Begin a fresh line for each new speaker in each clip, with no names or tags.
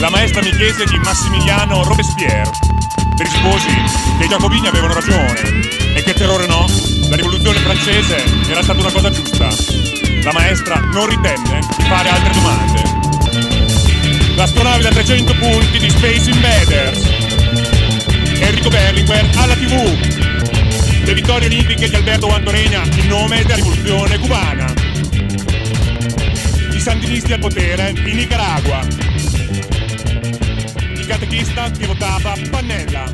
la maestra mi chiese di Massimiliano Robespierre. Per i sposi che i giacobini avevano ragione e che terrore no, la rivoluzione francese era stata una cosa giusta. La maestra non ritenne di fare altre domande. L'astronave da 300 punti di Space Invaders. Enrico Berlinguer alla TV. Le vittorie olimpiche di Alberto Antorena in nome della rivoluzione cubana. I sandinisti al potere in Nicaragua. Il catechista che votava Pannella.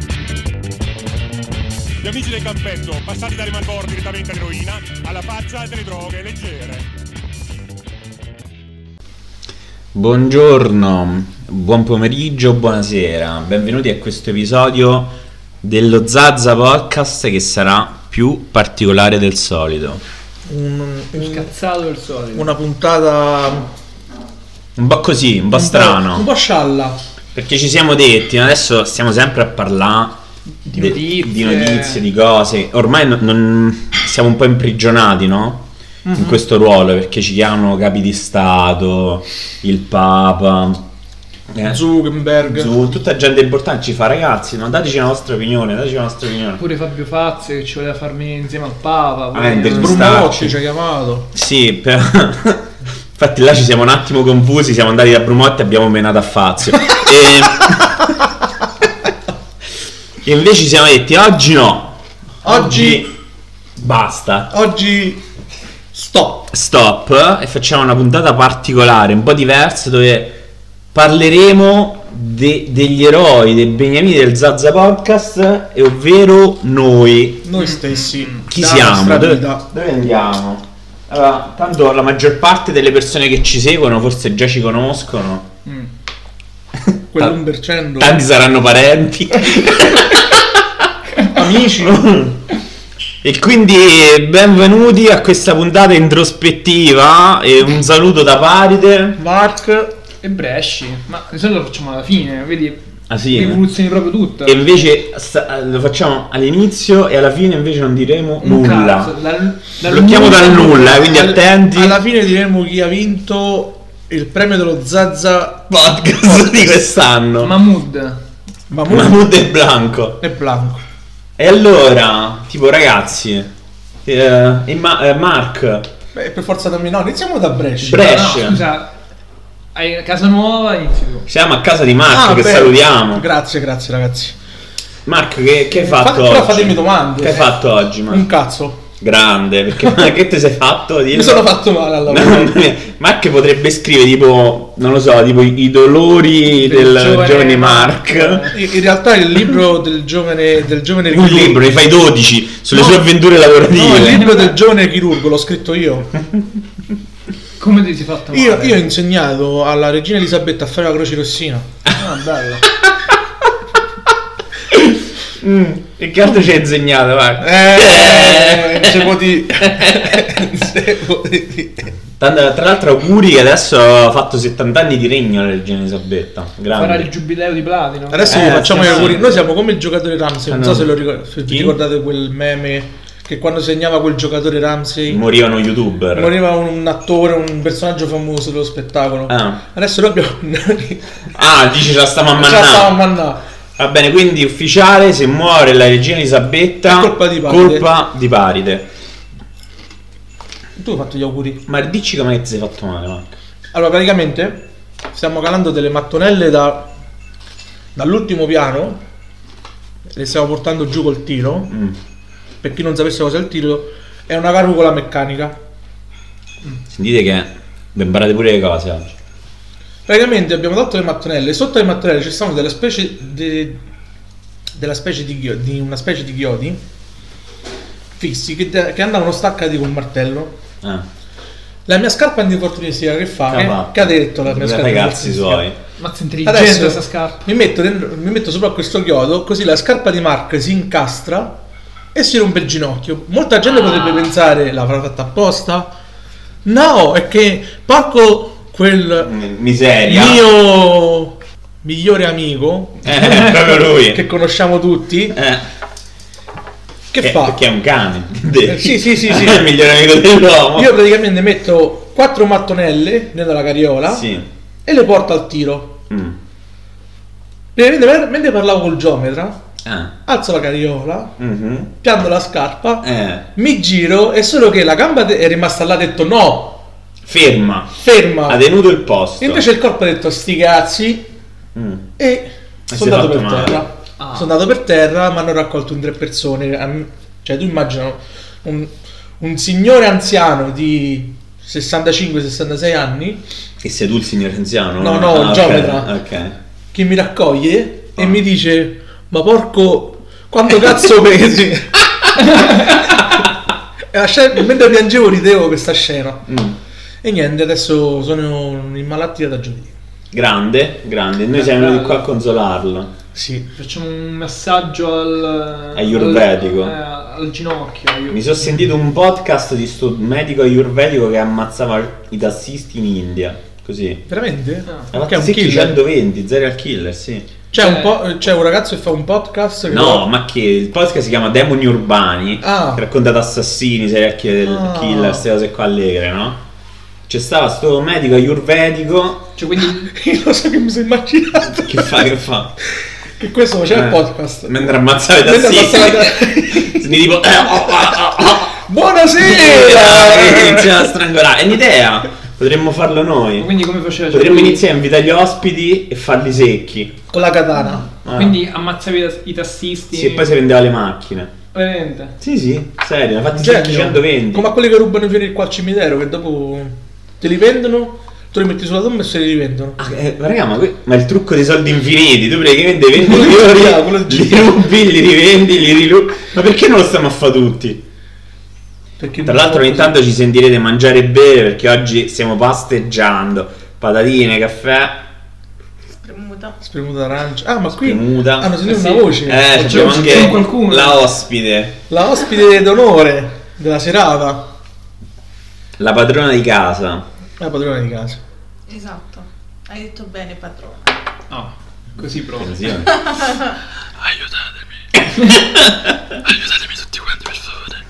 Gli amici del campetto, passati dalle malbor direttamente all'eroina, alla faccia delle droghe leggere.
Buongiorno, buon pomeriggio, buonasera, benvenuti a questo episodio dello Zazza Podcast che sarà più particolare del solito.
Un,
Il
un-
cazzato del solito.
una puntata
Un po' così, un po'
un po', un
strano,
po' scialla.
perché ci siamo detti, ma adesso stiamo sempre a parlare
Di
de-
notizie.
di notizie, di cose, ormai non- non- siamo un po' imprigionati, no? In questo ruolo, perché ci chiamano capi di Stato, il Papa, eh,
Zuckerberg.
Zu, tutta gente importante ci fa ragazzi, ma dateci la vostra opinione, dateci la vostra opinione.
Pure Fabio Fazio che ci voleva far venire insieme al Papa. pure-
Ah, intervista-
Brummotti ci ha chiamato.
Sì, però... Infatti là ci siamo un attimo confusi, siamo andati da Brumotti e abbiamo menato a Fazio. e... e invece ci siamo detti, oggi no.
Oggi,
Basta.
oggi stop.
Stop. E facciamo una puntata particolare, un po' diversa, dove parleremo de- degli eroi, dei beniamini del Zazza Podcast, e ovvero noi.
Noi stessi.
Chi
la
siamo?
nostra
Dove,
vita.
dove andiamo? Allora, tanto la maggior parte delle persone che ci seguono forse già ci conoscono.
Mm.
Quell'1%.
Tanti saranno parenti.
Amici.
E quindi benvenuti a questa puntata introspettiva e un saluto da Paride.
Mark.
E Bresci. Ma di solito lo facciamo alla fine, vedi?
Ah sì. eh?
Rivoluzioni proprio tutte.
E invece sta- lo facciamo all'inizio e alla fine invece non diremo
Un
nulla.
cazzo, dal- dal
Blocchiamo
nulla-
dal nulla, eh, quindi
Al-
attenti.
Alla fine diremo chi ha vinto il premio dello Zazza
podcast di quest'anno.
Mahmood. Ah,
Mahmood
Mahmood e Blanco.
e Blanco.
E allora, tipo ragazzi, eh, e Ma- eh, Mark,
Beh, per forza dammi no, iniziamo da Brescia.
Bre-
No,
Brescia.
no, scusa. Hai casa nuova, inizi tu.
siamo a casa di Mark
Ah,
che
beh,
salutiamo.
Grazie, grazie ragazzi.
Mark, che, che hai
Fa-
fatto
però
oggi?
fatemi domande.
Che hai fatto oggi,
Un
Mark?
cazzo.
Grande, perché ma che ti sei fatto? Dillo.
Mi sono fatto male al lavoro.
Mamma mia, Mark potrebbe scrivere tipo, non lo so, tipo i dolori del,
Del giovane
giovane Mark.
Mark.
Eh, In in realtà il libro del giovane, del giovane
Un
chirurgo-
libro, ne fai 12 sulle
No.
sue avventure
No, il
lavorative.
libro del giovane chirurgo l'ho scritto io.
Come ti sei fatto male?
Io, io ho insegnato alla regina Elisabetta a fare la croce rossina.
Ah, bello.
Mm, E che altro ci hai insegnato, Mark?
Eh, se può di- se può di-
Tant- Tra l'altro auguri che adesso ha fatto 70 anni di regno la regina Elisabetta.
Farà il
Grande.
giubileo di platino.
Adesso
Eh,
vi facciamo gli
sì,
auguri.
sì.
Noi siamo come il giocatore Ramsey. Non
Ah,
so
no.
se, lo ricor- se vi
Chi?
ricordate quel meme che quando segnava quel giocatore Ramsey
Morivano youtuber.
moriva un, un attore, un personaggio famoso dello spettacolo.
Ah.
Adesso noi abbiamo.
Ah, dici la sta mamma
Cioè, stavo a
là.
mannà.
Va bene, quindi ufficiale, se muore la regina Elisabetta,
È colpa di Paride.
colpa di Paride.
Tu hai fatto gli auguri.
Ma dici come ti sei fatto male, Marco.
Allora, praticamente stiamo calando delle mattonelle da- dall'ultimo piano. Le stiamo portando giù col tiro.
Mm,
Per chi non sapesse cos'è il tiro, è una carrucola meccanica.
Sentite che vi imparate pure le cose oggi.
Praticamente abbiamo tolto le mattonelle. Sotto le mattonelle ci sono delle specie de- della specie di, ghio- di una specie di chiodi fissi che, te- che andavano staccati col martello.
Ah,
La mia scarpa antifortunistica che fa?
Cavà.
Eh, Che, che ha detto la mia
Due
scarpa?
ragazzi suoi.
antifortunistica?
Mazza intelligente
Adesso
questa scarpa.
mi metto, dentro- mi metto sopra questo chiodo, così la scarpa di Mark si incastra e si rompe il ginocchio. Molta gente potrebbe pensare l'avrà fatta apposta. No, è che Paco, quel
Mm, Miseria.
mio migliore amico,
Eh, proprio lui.
che conosciamo tutti,
Eh,
che
eh,
fa?
Perché è un cane. Eh,
sì, sì, sì, sì.
è il migliore amico dell'uomo.
Io praticamente metto quattro mattonelle nella carriola
Sì.
e le porto al tiro.
Mm.
Mentre mentre parlavo col geometra,
Ah.
alzo la carriola,
Mhm.
pianto la scarpa,
Eh.
mi giro e solo che la gamba de- è rimasta là, ha detto no,
Ferma.
ferma.
Ha tenuto il posto.
Invece il corpo ha detto sti cazzi
Mm.
e
si
sono
è
andato per
fatto male.
terra.
Ah.
Sono andato per terra, mi hanno raccolto in tre persone. Am- Cioè tu immagina un, un signore anziano di 65-66 anni
E sei tu il signore anziano?
No, no, il
ok,
geometra.
Ok.
che mi raccoglie
Ah.
e mi dice ma porco quanto cazzo pesi e la scena, mentre piangevo ridevo questa scena
Mm.
e niente adesso sono in malattia da giovedì
Grande, grande.
Eh,
Noi siamo venuti qua a consolarlo.
sì
Facciamo un messaggio al...
Ayurvedico.
Al, eh, al ginocchio. ayu-
Mi sono sentito un podcast di sto medico ayurvedico che ammazzava i tassisti in India. Così.
veramente?
Ah.
Ha
Che è
fatto
un
secchi
killer. Eh,
120, serial killer, sì.
C'è
Eh.
un, po- c'è un ragazzo che fa un podcast che
No, ma che il podcast si chiama Demoni Urbani.
boh. Ah.
Che racconta di assassini, serial kill-
Ah.
killer, queste cose qua allegre, no? C'è stava sto medico ayurvedico.
Cioè, quindi
Io lo so che mi sono immaginato
Che fa, che fa? Eh,
che questo faceva il podcast.
Mentre ammazzava i
Mentre ammazzava i
tassisti. Quindi tipo. eh, oh, oh, oh, oh. E
Buonasera!
inizia a strangolare. È un'idea. Potremmo farlo noi.
Quindi come faceva? Cioè,
Potremmo
lui-
iniziare a invitare gli ospiti e farli secchi.
Con la katana.
Ah.
Quindi ammazzavi i tas- i tassisti.
Sì, e poi si vendeva le macchine.
Veramente.
Sì, sì, serio, ne ha fatti secchi
Genio.
120.
Come a quelli che rubano i fiori qua al cimitero, che dopo te li vendono, tu li metti sulla tomba e se li rivendono.
Ah, eh, ma raga, ma, que- ma il trucco dei soldi infiniti, tu praticamente vendi i
Ah, quello
fiori, li
giusto.
rubi, li rivendi, li rilu... Ma perché non lo stiamo a fare tutti?
Perché
Tra l'altro ogni tanto ci sentirete mangiare e bere perché oggi stiamo pasteggiando. Patatine, caffè,
Spremuta d'arancia. Ah, ma qui
Spremuta.
hanno sentito
Eh sì.
una voce.
Eh,
Oggi
c'abbiamo
non c'è
anche
qualcuno.
la ospite,
La ospite d'onore della serata.
la padrona di casa.
La padrona di casa.
Esatto, hai detto bene padrona.
Ah, così proprio.
Attenzione.
Aiutatemi tutti quanti, per favore.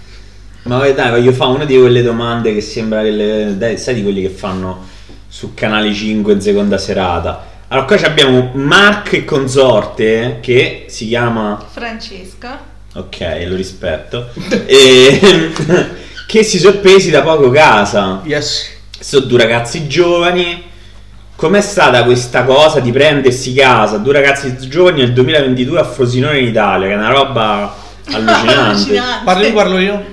Ma vai, dai, voglio fare una di quelle domande che sembra che le- dai, sai di quelli che fanno su canale 5 in seconda serata. Allora, qua ci abbiamo Mark e consorte che si chiama
Francesca,
Ok, lo rispetto. e, che si sono presi da poco casa.
Yes.
Sono due ragazzi giovani. Com'è stata questa cosa di prendersi casa? Due ragazzi giovani nel 2022 a Frosinone in Italia, che è una roba allucinante.
Allucinante.
Parli, parlo io?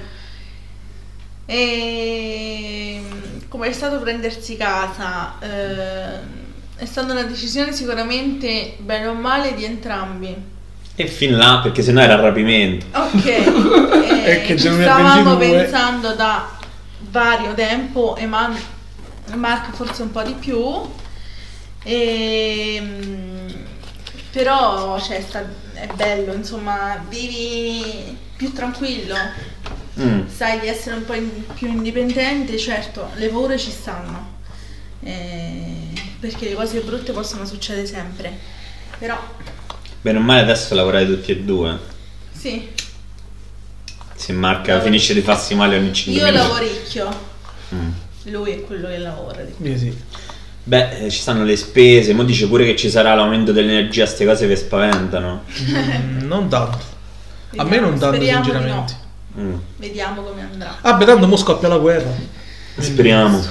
Ehm, Come è stato prendersi casa? Ehm, è stata una decisione sicuramente bene o male di entrambi.
e fin là, perché sennò era rapimento.
Ok,
È
eh,
che
ci
nel
stavamo
2022
pensando da vario tempo e Man- Mark forse un po' di più, Ehm, però cioè, sta- è bello, insomma, vivi più tranquillo,
Mm.
sai di essere un po' in- più indipendente, certo, le paure ci stanno, eh, perché le cose brutte possono succedere sempre, però
Bene o male adesso lavorate tutti e due.
sì,
Se Marca finisce di farsi male ogni 5
io
minuti.
lavoricchio.
Mm.
Lui è quello che lavora. dico.
Sì, sì.
Beh, eh, ci stanno le spese, mo dice pure che ci sarà l'aumento dell'energia, ste cose vi spaventano.
Mm, non tanto. A me
Vediamo,
non tanto,
speriamo di
sinceramente.
no.
Mm.
Vediamo come andrà.
Ah, beh, tanto mo scoppia la guerra.
Speriamo.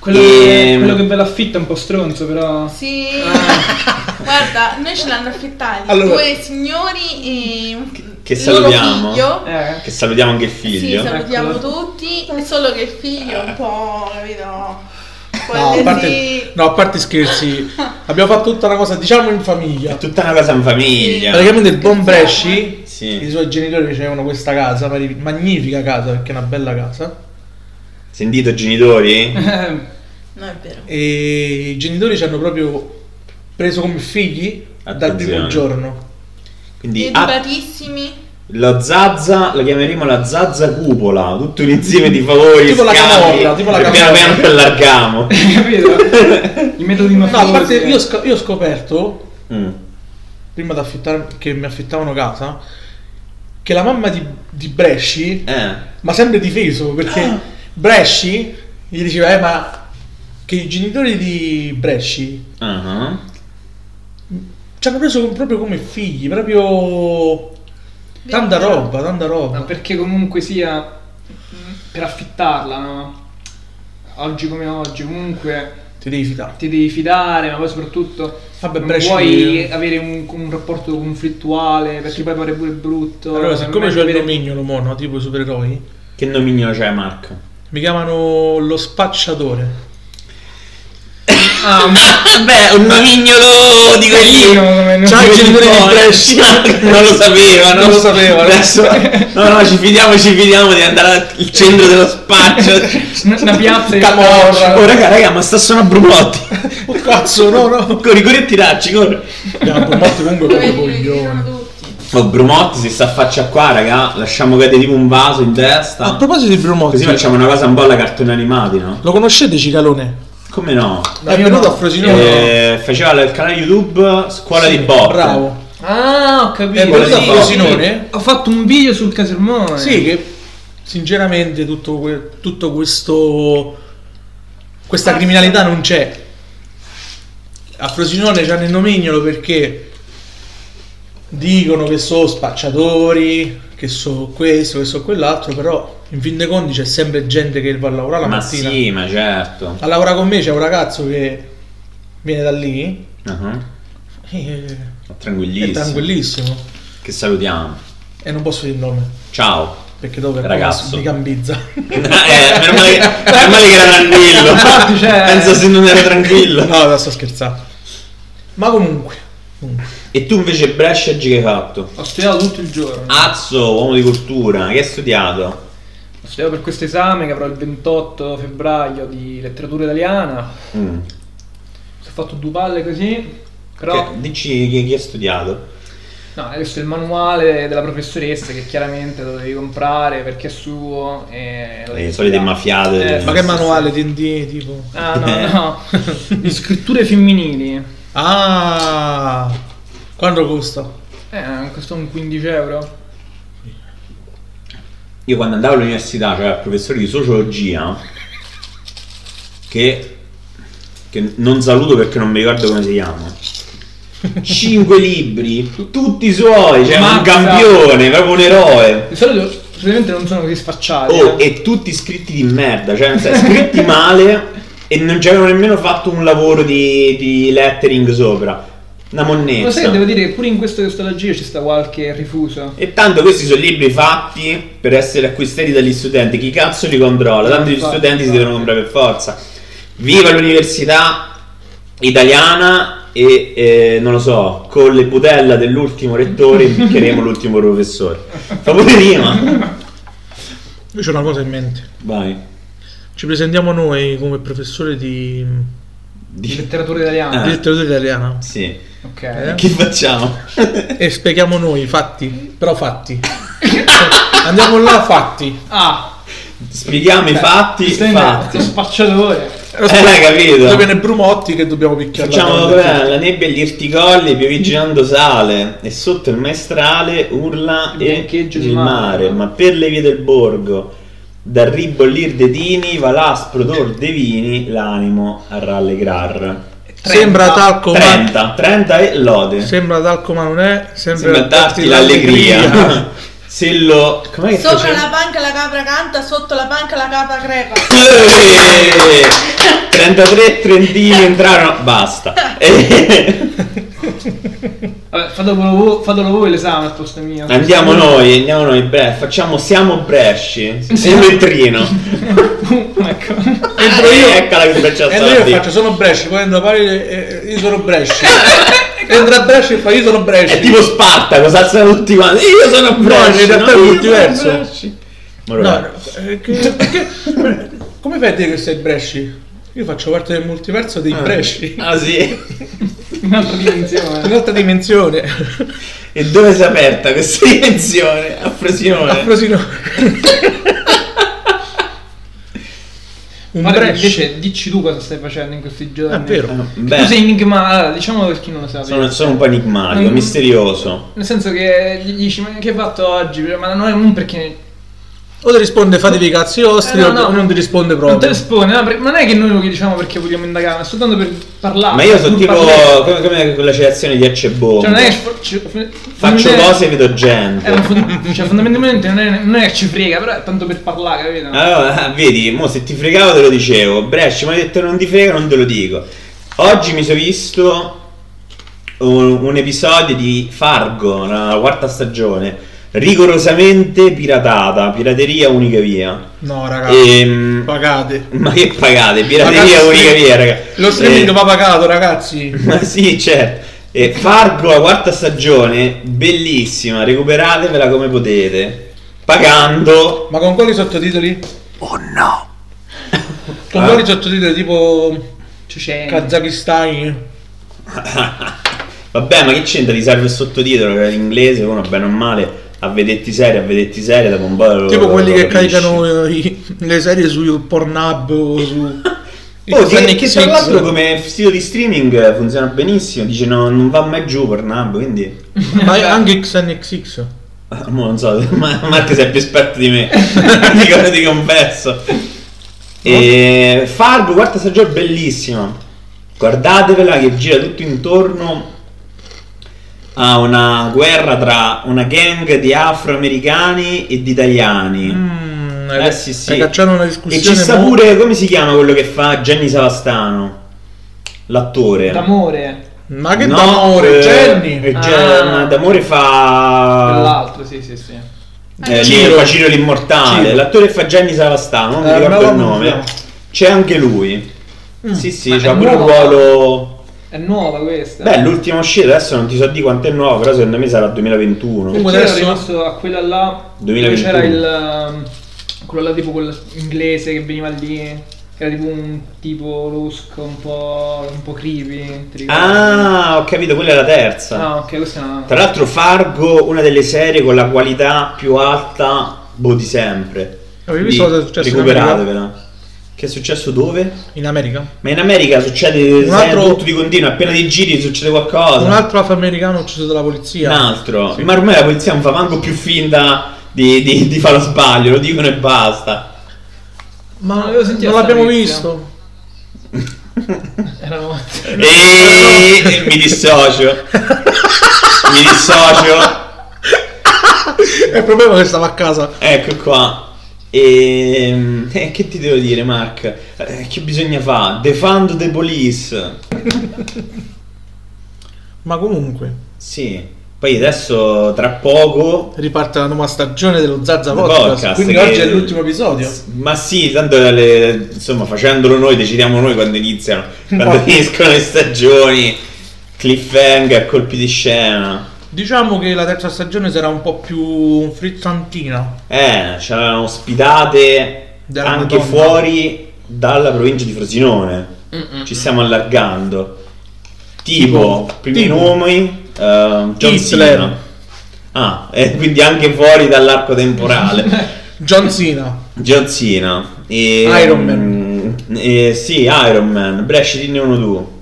Quello,
Ehm.
quello che ve l'affitta è un po' stronzo, però.
Sì, guarda, noi ce l'hanno affittati
Ah. Allora-
due signori e un
che
il
salutiamo.
Loro figlio.
Eh.
Che salutiamo anche il
Sì,
figlio.
salutiamo
Eccolo.
tutti, è solo che il figlio è un po', capito? un po'
No a,
così.
parte, no, a parte scherzi, abbiamo fatto tutta una cosa, diciamo in famiglia.
È tutta una cosa in famiglia.
Praticamente il buon Bresci,
Sì.
i suoi genitori ricevevano questa casa, mari- magnifica casa, perché è una bella casa.
Sentito genitori?
Eh,
No, è vero.
E i genitori ci hanno proprio preso come figli dal primo
Attenzione.
giorno.
Quindi ah,
Educatissimi.
lo Zazza, lo chiameremo la Zazza Cupola, tutto un insieme di favori,
Tipo la
scavi,
canola, tipo la
che piano
canola.
piano più allargamo.
capito? I metodi
No, a parte
mafiosi. eh.
io, sc- io ho scoperto,
Mm.
prima di affittare, che mi affittavano casa, che la mamma di, di Bresci
Eh.
ma sempre difeso perché Bresci gli diceva eh
uh-huh.
ma che i genitori di Bresci
Ah,
Ci hanno preso proprio come figli, proprio... Tanta roba, tanta
Ma
roba.
perché comunque sia mh, per affittarla, no? Oggi come oggi, comunque
Ti devi fidare.
ti devi fidare, ma poi soprattutto
Vabbè,
non
Brescia
vuoi
di-
avere un, un rapporto conflittuale perché poi pare pure brutto.
Allora, siccome c'ho il
avere-
nomignolo mono, tipo i supereroi,
Che nomignolo c'è, Marco?
mi chiamano lo spacciatore.
Ah, un
Vabbè, un nomignolo di
bellino
quelli.
come
Ciao,
Ah. di
i genitori
quelli
di
buoni.
Flash.
non lo sapevano.
Non lo sapevano.
Adesso, no, no, ci fidiamo, ci fidiamo di andare al centro dello spaccio.
Una- una piazza di
Camorra.
Oh, raga, raga, ma sta sono a Brumotti.
Oh, cazzo, no, no.
Corri, corri e tiracci, corri.
Abbiamo Brumotti comunque come
Quelli che girano
coglione.
tutti.
Oh, Brumotti, se sta faccia qua, raga, lasciamo cadere tipo un vaso in testa.
A proposito di Brumotti,
Così facciamo una cosa un po' alla cartone animati, no?
lo conoscete Cicalone?
Come no?
No,
è
io
venuto
no.
a Frosinone.
Eh, faceva il canale YouTube Scuola
Sì,
di Bob.
Bravo.
Ah, ho capito.
È
venuto a
sì,
Frosinone?
sì. Ho fatto un video sul casermone.
Sì, che sinceramente tutto, que- tutto questo. questa criminalità non c'è. A Frosinone c'hanno il nomignolo perché dicono che sono spacciatori, che sono questo, che sono quell'altro, però in fin dei conti c'è sempre gente che va a lavorare la
Ma
mattina.
sì, ma certo.
A lavorare con me c'è un ragazzo che viene da lì
Uh-huh.
e è
Tranquillissimo.
tranquillissimo.
Che salutiamo.
E non posso dire il nome
Ciao.
perché dopo
Ragazzo.
mi gambizza.
eh, meno male, che- meno male che era tranquillo.
Infatti, cioè-
Penso se non era tranquillo.
No, no, sto scherzando. Ma comunque, comunque.
E tu invece Brescia oggi che hai fatto?
Ho studiato tutto il giorno.
Azzo, uomo di cultura, che hai studiato?
Ho studiato per questo esame che avrò il 28 febbraio di letteratura italiana.
Mm.
Ho fatto due palle così. Però,
Che- dici chi, chi hai studiato?
no, questo è il manuale della professoressa che chiaramente lo devi comprare perché è suo. E lo
Le
devi
solite
studiare.
maffiate.
Eh,
Ma che manuale TNT tipo?
Ah, no, no. di scritture femminili.
Ah! Quanto costa?
Eh, costò un 15 euro.
Io quando andavo all'università c'era il professore di sociologia che, che non saluto perché non mi ricordo come si chiama. Cinque libri, tutti suoi, cioè un
Mazza.
campione, proprio un eroe.
Di solito solitamente non sono così sfacciati.
Oh,
eh.
e tutti scritti di merda, cioè nel senso, scritti male e non ci avevano nemmeno fatto un lavoro di, di lettering sopra. Una
Lo sai, devo
monnezza.
dire che pure in questo testologia ci sta qualche rifuso.
E tanto questi sono libri fatti per essere acquistati dagli studenti. Chi cazzo li controlla? Tanto gli
Infatti,
studenti si
infatti.
devono comprare per forza. Viva l'università italiana e eh, non lo so, con le putella dell'ultimo rettore impiccheremo l'ultimo professore. Fa pure rima.
Io c'ho una cosa in mente.
Vai.
Ci presentiamo noi come professore di,
Di
Di-
letteratura italiana.
Ah.
di letteratura italiana
Sì.
Ok.
Eh?
Che facciamo?
e spieghiamo noi fatti, però fatti. Andiamo là fatti.
Ah,
Spieghiamo i fatti.
ti stai
fatti.
lo spacciatore.
Eh, l'hai
Poi
capito?
viene Brumotti che dobbiamo picchiare.
Facciamo
la
com'è? la nebbia e gli irticolli, piovigginando sale, e sotto il maestrale urla
Il
e
biancheggio di
il
mare.
mare, ma per le vie del borgo, dal ribollir dei dini, va l'aspro d'or dei vini, l'animo a rallegrar.
Sembra talco, ma
30, 30 e lode.
sembra talco ma non è, sembra,
Sembra darti l'allegria. Se lo... Com'è che
Sopra
faceva?
la panca la capra canta, sotto la panca la capra crepa.
Eh, 33 trentini entrarono... Basta. Eh,
Vabbè, fatelo voi, fatelo voi l'esame al posto mio.
Andiamo noi, andiamo noi, bre- facciamo siamo Bresci, siamo il trino.
ecco.
Entro Ah, io.
Eccola che ecco Brescia
E allora io
Sardi.
faccio sono Bresci, poi entra pari e- e- io sono eh, Bresci. entra a Bresci e fa io sono Bresci.
È tipo Spartaco, salzano tutti quanti. Io sono Bresci.
in realtà
io
è
sono
multiverso.
Bresci. Ma
No,
allora,
no, eh, che- perché- come fai a dire che sei Bresci? Io faccio parte del multiverso dei Bresci.
Ah sì?
Un'altra dimensione.
Un'altra dimensione.
Eh.
E dove si è aperta questa dimensione? A
A
Frosinone.
Frosinone. Un
Guarda,
Bresci.
invece dici tu cosa stai facendo in questi giorni.
È Ah, vero.
Tu sei
Eh, Beh,
enigma, allora, diciamo per chi non lo sa.
sono, sono un po' enigmatico,
Mm.
misterioso.
Nel senso che gli dici, ma che hai fatto oggi? Ma non, non perché
O ti risponde fatevi i cazzi vostri,
Eh, no,
o-
no.
o non ti risponde proprio.
Non te risponde, no, perché- non è che noi lo diciamo perché vogliamo indagare, ma è soltanto per
Ah,
parlare.
Ma io sono
pur
tipo
parlare.
come, come quella citazione di Ecebo.
Cioè, non è che for- ci- f-
Faccio
fondamentalmente-
cose e vedo
eh, ma
gente.
fond- cioè, fondamentalmente non è, non è che ci frega, però è tanto per parlare, capito?
Allora, vedi, mo se ti fregavo te lo dicevo. Bresci, mi hai detto non ti frega, non te lo dico. Oggi mi sono visto un, un episodio di Fargo, la quarta stagione, rigorosamente piratata, pirateria unica via.
No,
Eh.
raga.
Ehm,
Pagate.
ma che pagate, pirateria
Pagate
unica
stream-
via, raga.
Lo streaming
Eh,
va pagato, ragazzi.
Ma sì, certo. E Fargo, la quarta stagione, bellissima, recuperatevela come potete. Pagando.
Ma con quali sottotitoli?
Oh no!
Con
Ah.
quali sottotitoli tipo
Cioè,
Kazakistan?
Oh, Vabbè, ma che c'entra? Ti serve il sottotitolo che era in inglese, uno bene o male. A vedetti serie, a vedetti serie, dopo un po'. lo-
Tipo
lo-
quelli
lo
che
capisci.
caricano eh, i- le serie su Pornhub o su...
Oh, che,
Fanny
che
Kiss
tra
Mix.
l'altro come sito di streaming funziona benissimo. Dice no, non va mai giù Pornhub, quindi.
Ma è anche XNXX.
Ah, mo non so, ma Marco sei più esperto di me. di cosa ti confesso. E Fargo, quarta stagione bellissima. Guardatevela che gira tutto intorno a una guerra tra una gang di afroamericani e di italiani.
Mm,
Eh,
raga-
sì, sì.
raga, c'era una
E
discussione...
ci sta
mo-
pure, come si chiama quello che fa Jenny Savastano? L'attore.
d'amore.
Ma che
No,
d'amore,
eh,
Jenny!
eh, Gen-
Ah.
D'amore fa...
Quell'altro, sì, sì, sì.
Eh,
Ciro.
Ciro. Ciro l'immortale,
Ciro.
l'attore che fa Gianni Savastano, non
Eh,
mi ricordo
ma
il
no,
nome.
no.
C'è anche lui.
Mm.
Sì, sì,
Ma
c'ha
è
pure un
nuovo?
ruolo.
È nuova questa.
Beh, l'ultima uscita adesso non ti so di quanto è nuovo, però secondo me sarà 2021.
Mm.
Comunque
Adesso-
adesso rimasto a quella là. Dove
2021.
c'era il. um, quello là tipo quello inglese che veniva lì. Che era tipo un tipo lusco un po'. un po' creepy. ti ricordi?
Ah, ho capito, quella è la terza.
Ah, ok, questa è una.
Tra l'altro Fargo, una delle serie con la qualità più alta boh, di sempre.
Avevi visto cosa è successo in
Recuperatevela. Che è successo dove?
In America?
Ma in America succede
Un altro-
sempre tutto di continuo, appena ti giri succede qualcosa.
Un altro afroamericano ucciso dalla polizia.
un altro.
Sì.
Ma ormai la polizia non fa manco più finta di, di, di fare lo sbaglio, lo dicono e basta.
Ma
Non
non,
avevo sentito sta
l'abbiamo
notizia.
visto.
Era
Eh
E mi dissocio. mi dissocio.
È il problema che stava a casa.
Ecco qua. E eh, che ti devo dire, Mark? Eh, che bisogna fare? Defund the police.
Ma comunque,
Sì. Poi adesso tra poco
riparte la nuova stagione dello Zazza
The
Podcast.
podcast,
quindi
che-
oggi è l'ultimo episodio.
Ma sì, tanto le- insomma, facendolo noi, decidiamo noi quando iniziano, quando
No.
finiscono le stagioni, cliffhanger, colpi di scena.
Diciamo che la terza stagione sarà un po' più frizzantina.
Eh, c'erano ospitate
Della
anche
Madonna.
fuori dalla provincia di Frosinone. Ci stiamo allargando. Tipo,
Mm-hmm. Tipo,
primi
tipo.
nomi, eh, John
Hitler.
Cena. Ah, e quindi anche fuori dall'arco temporale.
John Cena.
John Cena. E,
Iron
Man. sì, Iron Man. Bresci, dinne uno tu.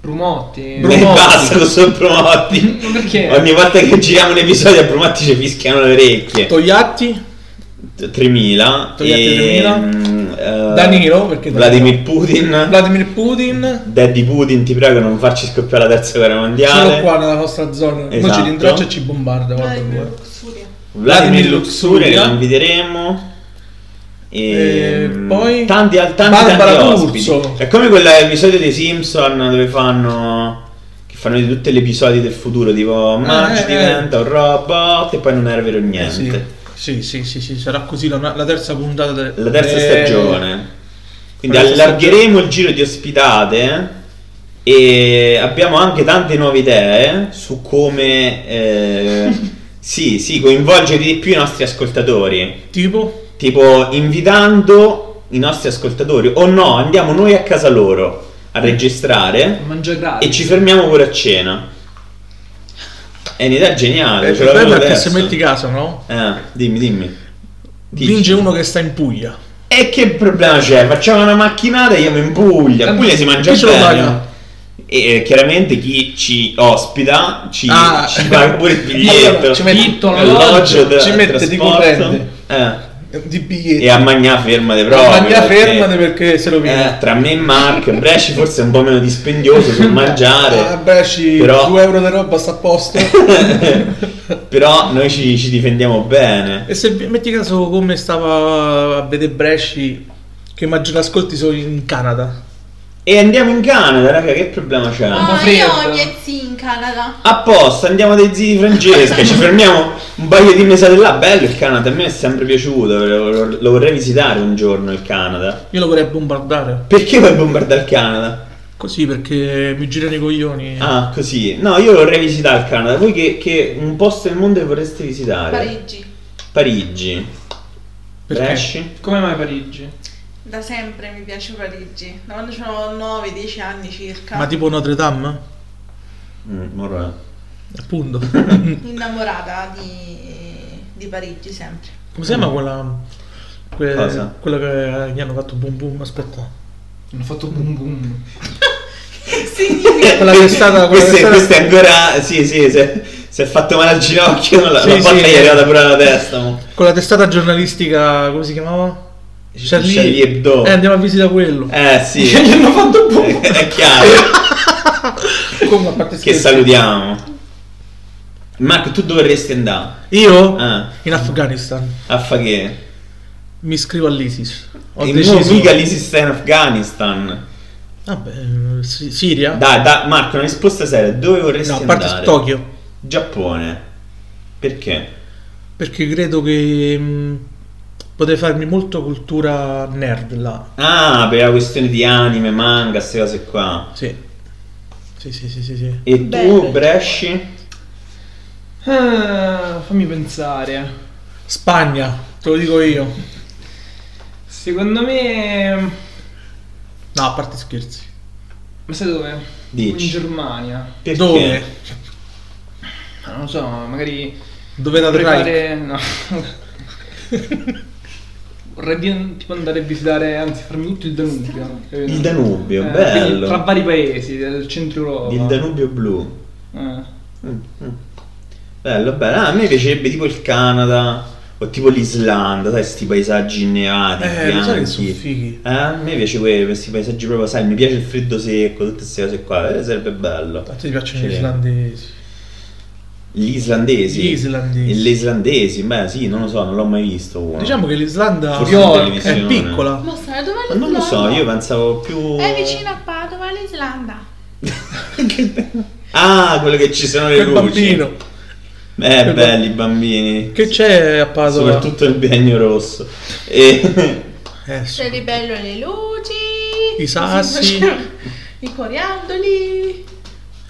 Brumotti.
E
Brumotti.
basta con sono Brumotti.
Ma perché?
Ogni volta che giriamo un episodio a Brumotti ci fischiano le orecchie.
Togliatti.
3000.
Togliatti
e,
3000.
mm, eh,
Danilo, perché
Vladimir Putin.
Vladimir Putin.
Daddy Putin, ti prego non farci scoppiare la terza guerra mondiale.
Solo qua nella nostra zona. Noi ci
Esatto.
rintraccia e ci bombarda. Guarda
Dai,
pure.
Luxuria.
Vladimir
Vladimir
Luxuria, che
Luxuria.
lo inviteremo. E,
E poi
tanti, al- tanti,
Barbara
tanti
D'Urso.
ospiti. È come quell'episodio dei Simpson dove fanno. Che fanno di tutti gli episodi del futuro, tipo Marge
eh.
diventa un robot e poi non era vero niente.
Sì. Sì, sì, sì, sì, sarà così la, la terza puntata de-
La terza
de-
stagione. Quindi
Eh, terza
allargheremo il giro di ospitate eh, e abbiamo anche tante nuove idee su come eh, sì, sì, coinvolgere di più i nostri ascoltatori.
Tipo?
tipo invitando i nostri ascoltatori o no, andiamo noi a casa loro a registrare
Mangia gratis.
e ci fermiamo pure a cena. È un'idea geniale,
Eh, il
Eh, ce l'avevo
problema è che
adesso.
se metti caso, no?
Eh, dimmi, dimmi. Dici.
Vince uno che sta in Puglia.
E che problema c'è? Facciamo una macchinata e andiamo in Puglia. In Puglia si mangia
Chi ce lo
bene.
paga?
E eh, chiaramente chi ci ospita ci,
Ah.
ci paga pure il biglietto,
Allora, ci mette-
l'alloggio,
ci
il
mette di
trasporto.
corrente.
Eh.
di biglietti.
E a Magna fermate proprio.
Magna
perché-
fermate perché se lo viene.
Eh, tra me e Mark, Bresci forse è un po' meno dispendioso sul
Ah,
mangiare.
beh, ci
però-
2 euro di roba sta a posto.
Però noi ci, ci difendiamo bene.
e se vi- metti caso come stava a vedere Bresci, che immagino ascolti solo in Canada.
E andiamo in Canada, raga, che problema c'è?
Ah, io
freddo.
ho gli zii in Canada.
Apposta, andiamo dai zii di Francesca, ci fermiamo un paio di mesi là. Bello il Canada, a me è sempre piaciuto, lo, lo- lo vorrei visitare un giorno il Canada.
Io lo vorrei bombardare.
Perché vuoi bombardare il Canada?
Così perché mi girano i coglioni.
Ah, così. No, io vorrei visitare il Canada. Voi che, che un posto nel mondo che vorreste visitare?
Parigi.
Parigi.
Perché?
Bresci?
Come mai Parigi?
Da sempre mi piace Parigi. Da quando avevo 9-10 anni circa.
Ma tipo Notre Dame?
Mm, ora-
Appunto.
Innamorata di, di Parigi sempre.
Come si chiama quella. que-
Cosa?
Quella che gli hanno fatto boom boom, aspetta.
Hanno fatto boom boom.
Significa
Quella che è stata. Quella
Questo,
che
è-
è stata-
questo è ancora. Sì, sì, se, se è fatto male al ginocchio, la,
Sì,
la
sì.
botta gli è arrivata pure alla testa. mo.
Con la testata giornalistica, come si chiamava?
Charlie Hebdo.
Eh, andiamo a visita quello.
Eh, sì.
Gli hanno fatto boom.
è chiaro.
Come a parte
che
scherzi.
salutiamo. Marco, tu dove vorresti andare?
Io?
Ah.
In Afghanistan.
A fa che?
Mi iscrivo all'ISIS. Ho
E mo
deciso.
mica lì si sta in Afghanistan.
Vabbè, Sì- Siria?
Dai, dai, Marco, una risposta seria. Dove vorresti
no, a
andare?
parte Tokyo.
Giappone. Perché?
Perché credo che. mh, potrei farmi molto cultura nerd là.
Ah, per la questione di anime, manga, queste cose qua.
Sì. Sì, sì, sì, sì. sì.
E tu,
Bello.
Bresci?
Ah, fammi pensare.
Spagna, te lo dico io.
Secondo me...
No, a parte scherzi.
Ma sai dove?
Dici.
In Germania.
Perché?
Dove?
Ma Non lo so, magari...
Dove la
vorrei
dovrai?
fare... No. Vorrei di- tipo andare a visitare, anzi farmi tutto il Danubio. capito?
Il Danubio,
Eh, quindi
bello.
Tra vari paesi del centro Europa.
Il Danubio blu.
Eh.
Mm, mm. Bello, bello. Ah, a me piacerebbe tipo il Canada o tipo l'Islanda, sai, questi paesaggi innevati,
Eh, lo sai che sono
bianchi.
fighi.
Eh, a me piace que- questi paesaggi proprio, sai, mi piace il freddo secco, tutte queste cose qua, eh, sarebbe bello.
A te ti piacciono
Sì.
gli islandesi.
Gli islandesi.
Gli islandesi.
E gli islandesi, beh sì, non lo so, non l'ho mai visto uno.
Diciamo che l'Islanda
Forse in
è
televisione.
piccola.
Mostra dove
Ma non lo so, io pensavo più...
È vicino a Padova, l'Islanda.
Ah, quello che ci sono le
Quel
luci.
bambino.
Eh,
Quel
belli i bambini.
Che c'è a Padova?
Soprattutto il biennio rosso. E...
Eh, sì.
C'è di bello le luci.
I sassi.
si faceva- I coriandoli.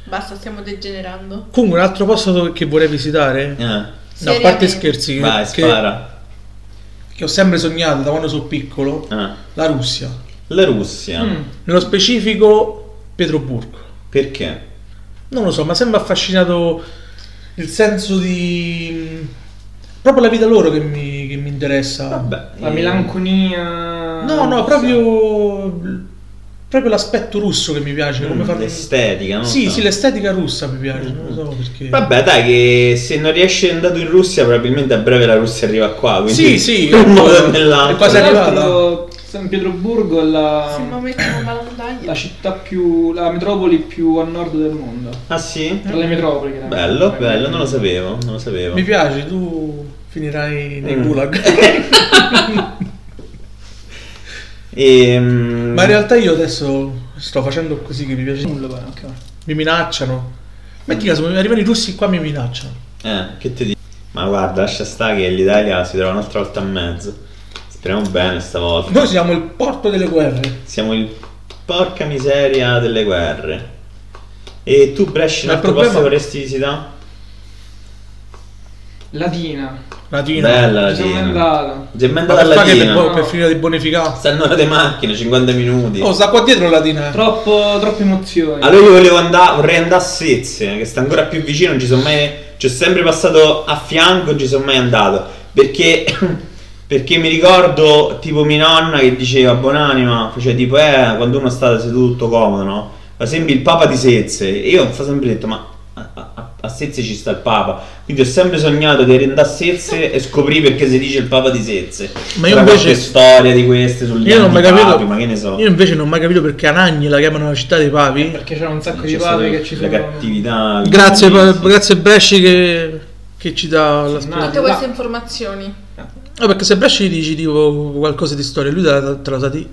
Basta, stiamo degenerando.
Comunque, un altro posto dove- che vorrei visitare?
Ah,
No, a
Seriamente.
parte scherzi, che-
vai,
che,
spara.
che ho sempre sognato da quando sono piccolo,
Ah,
la Russia.
La Russia.
Mm.
Nello specifico, Pietroburgo.
Perché?
Non lo so, ma sembra affascinato il senso di... mm, Proprio la vita loro che mi, che mi interessa.
Vabbè.
La
eh,
melanconia.
No, no, proprio... Proprio l'aspetto russo che mi piace. Come
mm,
fanno...
L'estetica, non
Sì,
so.
sì, l'estetica russa mi piace,
Mm.
non lo so perché.
Vabbè, dai, che se non riesci andato in Russia, probabilmente a breve la Russia arriva qua. Quindi
Sì, sì,
in un modo o
è
nell'altro.
quasi-
Tra
Sei
l'altro, San Pietroburgo è
Sembra
la,
mettere una
la
montagna.
città più. la metropoli più a nord del mondo.
Ah, sì?
Tra
Mm.
le metropoli, chiaramente.
Bello, bello, non lo sapevo, non lo sapevo.
Mi piace, tu finirai nei
Mm.
gulag.
Ehm,
Ma in realtà io adesso sto facendo così che mi piace.
Nulla, poi, ok.
Mi minacciano. Metti caso, arrivano i russi qua e mi minacciano.
Eh, che ti dico? Ma guarda, lascia sta che l'Italia si trova un'altra volta a mezzo. Speriamo bene stavolta.
Noi siamo il porto delle guerre.
Siamo il porca miseria delle guerre. E tu Brescia, un
Ma il
altro
problema-
posto che vorresti visitare?
Latina.
Latina.
Bella
Ci sono
Latina.
andato.
Sei mai
Ma
andata
per,
alla
fare che per,
Latina?
poi- per finire di bonificare.
Stanno ore di macchina, 50 minuti.
Oh, sta qua dietro la Latina.
Troppo, troppe emozioni.
Allora io volevo andare, vorrei andare a Sezze, che sta ancora più vicino, non ci sono mai... Ci ho sempre passato a fianco, non ci sono mai andato. Perché... Perché mi ricordo tipo mia nonna che diceva buonanima, cioè tipo eh quando uno sta seduto tutto comodo, no? Ma sembri il papa di Sezze. E io ho sempre detto ma a, a, a- a Sezze ci sta il Papa. Quindi ho sempre sognato che renda Sezze e scoprì perché si dice il Papa di Sezze.
Ma io
Tra
invece-
qualche storia di queste sugli
Io non ho mai
antipapi,
capito.
ma che ne so. Eh,
Io invece non ho mai capito perché Anagni la chiamano la città dei papi.
Perché c'era un sacco
Non
di
c'è stata
papi che ci
la
sono.
cattività.
Grazie,
l'ignoranza.
pa- grazie Bresci che, che ci dà la spiegazione.
Tutte queste informazioni.
Ah, perché se Bresci gli dici tipo qualcosa di storia, lui te la, te la sa di.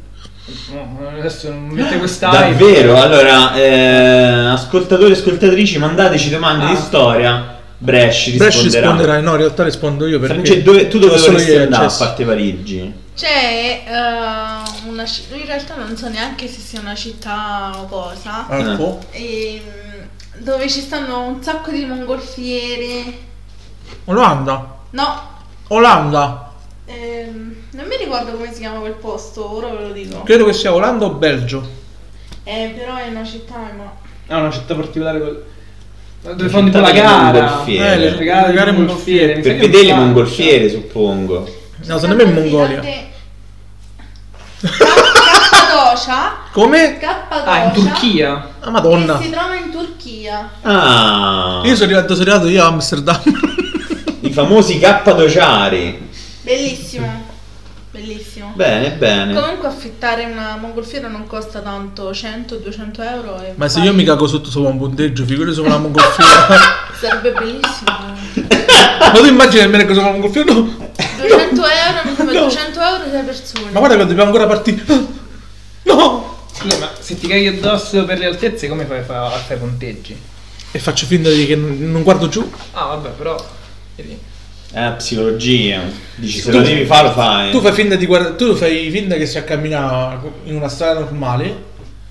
No, adesso non mette questa
Davvero? Allora, eh, ascoltatori e ascoltatrici, mandateci domande
Ah.
di storia. Bresci risponderà.
Bresci risponderà, no, in realtà rispondo io perché.
Francesco, dove- tu dove
ho solo
dovresti
io
andare a
accesso.
parte Parigi?
C'è eh, una città, in realtà non so neanche se sia una città o cosa,
Arco.
ehm, dove ci stanno un sacco di mongolfiere.
Olanda.
No,
Olanda.
ehm, non mi ricordo come si chiama quel posto, ora ve lo dico.
Credo che sia Olanda o Belgio.
Eh, però è una città, ma...
Ah, una città particolare quel- dove fanno tipo
città
la
delle
gara.
mongolfiere. Eh, le-
le gare
le gare
dei mongolfiere. Mi sa
Per
che
vedere le
in Francia.
mongolfiere, suppongo.
No, secondo me è in Mongolia.
Cappadocia.
Come?
Cappadocia.
Ah, in Turchia.
Ah,
Che
madonna.
si trova in Turchia.
Ah,
Io sono arrivato, sono arrivato io a Amsterdam.
i famosi cappadociari.
Bellissimo. Bellissimo.
Bene, bene.
Comunque affittare una mongolfiera non costa tanto, 100-200 euro. E
Ma se
vai.
io mi cago sotto sopra un punteggio, figurati sopra una mongolfiera.
Sarebbe bellissimo.
Ma tu immagini almeno che sopra una mongolfiera? No.
200 euro, mi sembra
No.
200 euro sei persone.
Ma guarda che dobbiamo ancora partire. No!
Scusa, ma se ti caghi addosso per le altezze, come fai a fa- a fare i conteggi?
E faccio finta di che non non guardo giù.
Ah, vabbè, però. vedi.
Eh, psicologia. Dici, se lo devi fare, lo fai.
Tu fai finta di guardare. Tu fai finta che stia camminando in una strada normale.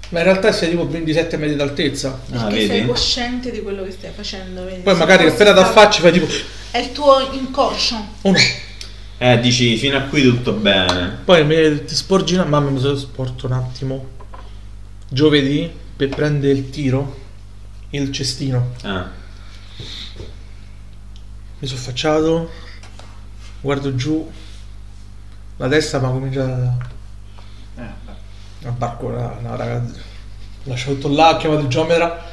Ma in realtà sei tipo 27 metri d'altezza.
Ah,
Perché sei
vedi?
cosciente di quello che stai facendo. Vedi?
Poi
Se
magari
fossi
appena ti
stato-
affacci fai tipo.
È il tuo inconscio.
Oh no!
Eh, dici, fino a qui tutto bene.
Poi mi- ti sporgi una. Mamma, mi sono sporto un attimo. Giovedì per prendere il tiro. Il cestino.
Ah.
Mi sono affacciato. Guardo giù. La testa mi ha cominciato a.
Eh,
a barcolare. No, raga. Lascio tutto là, ho chiamato il geometra.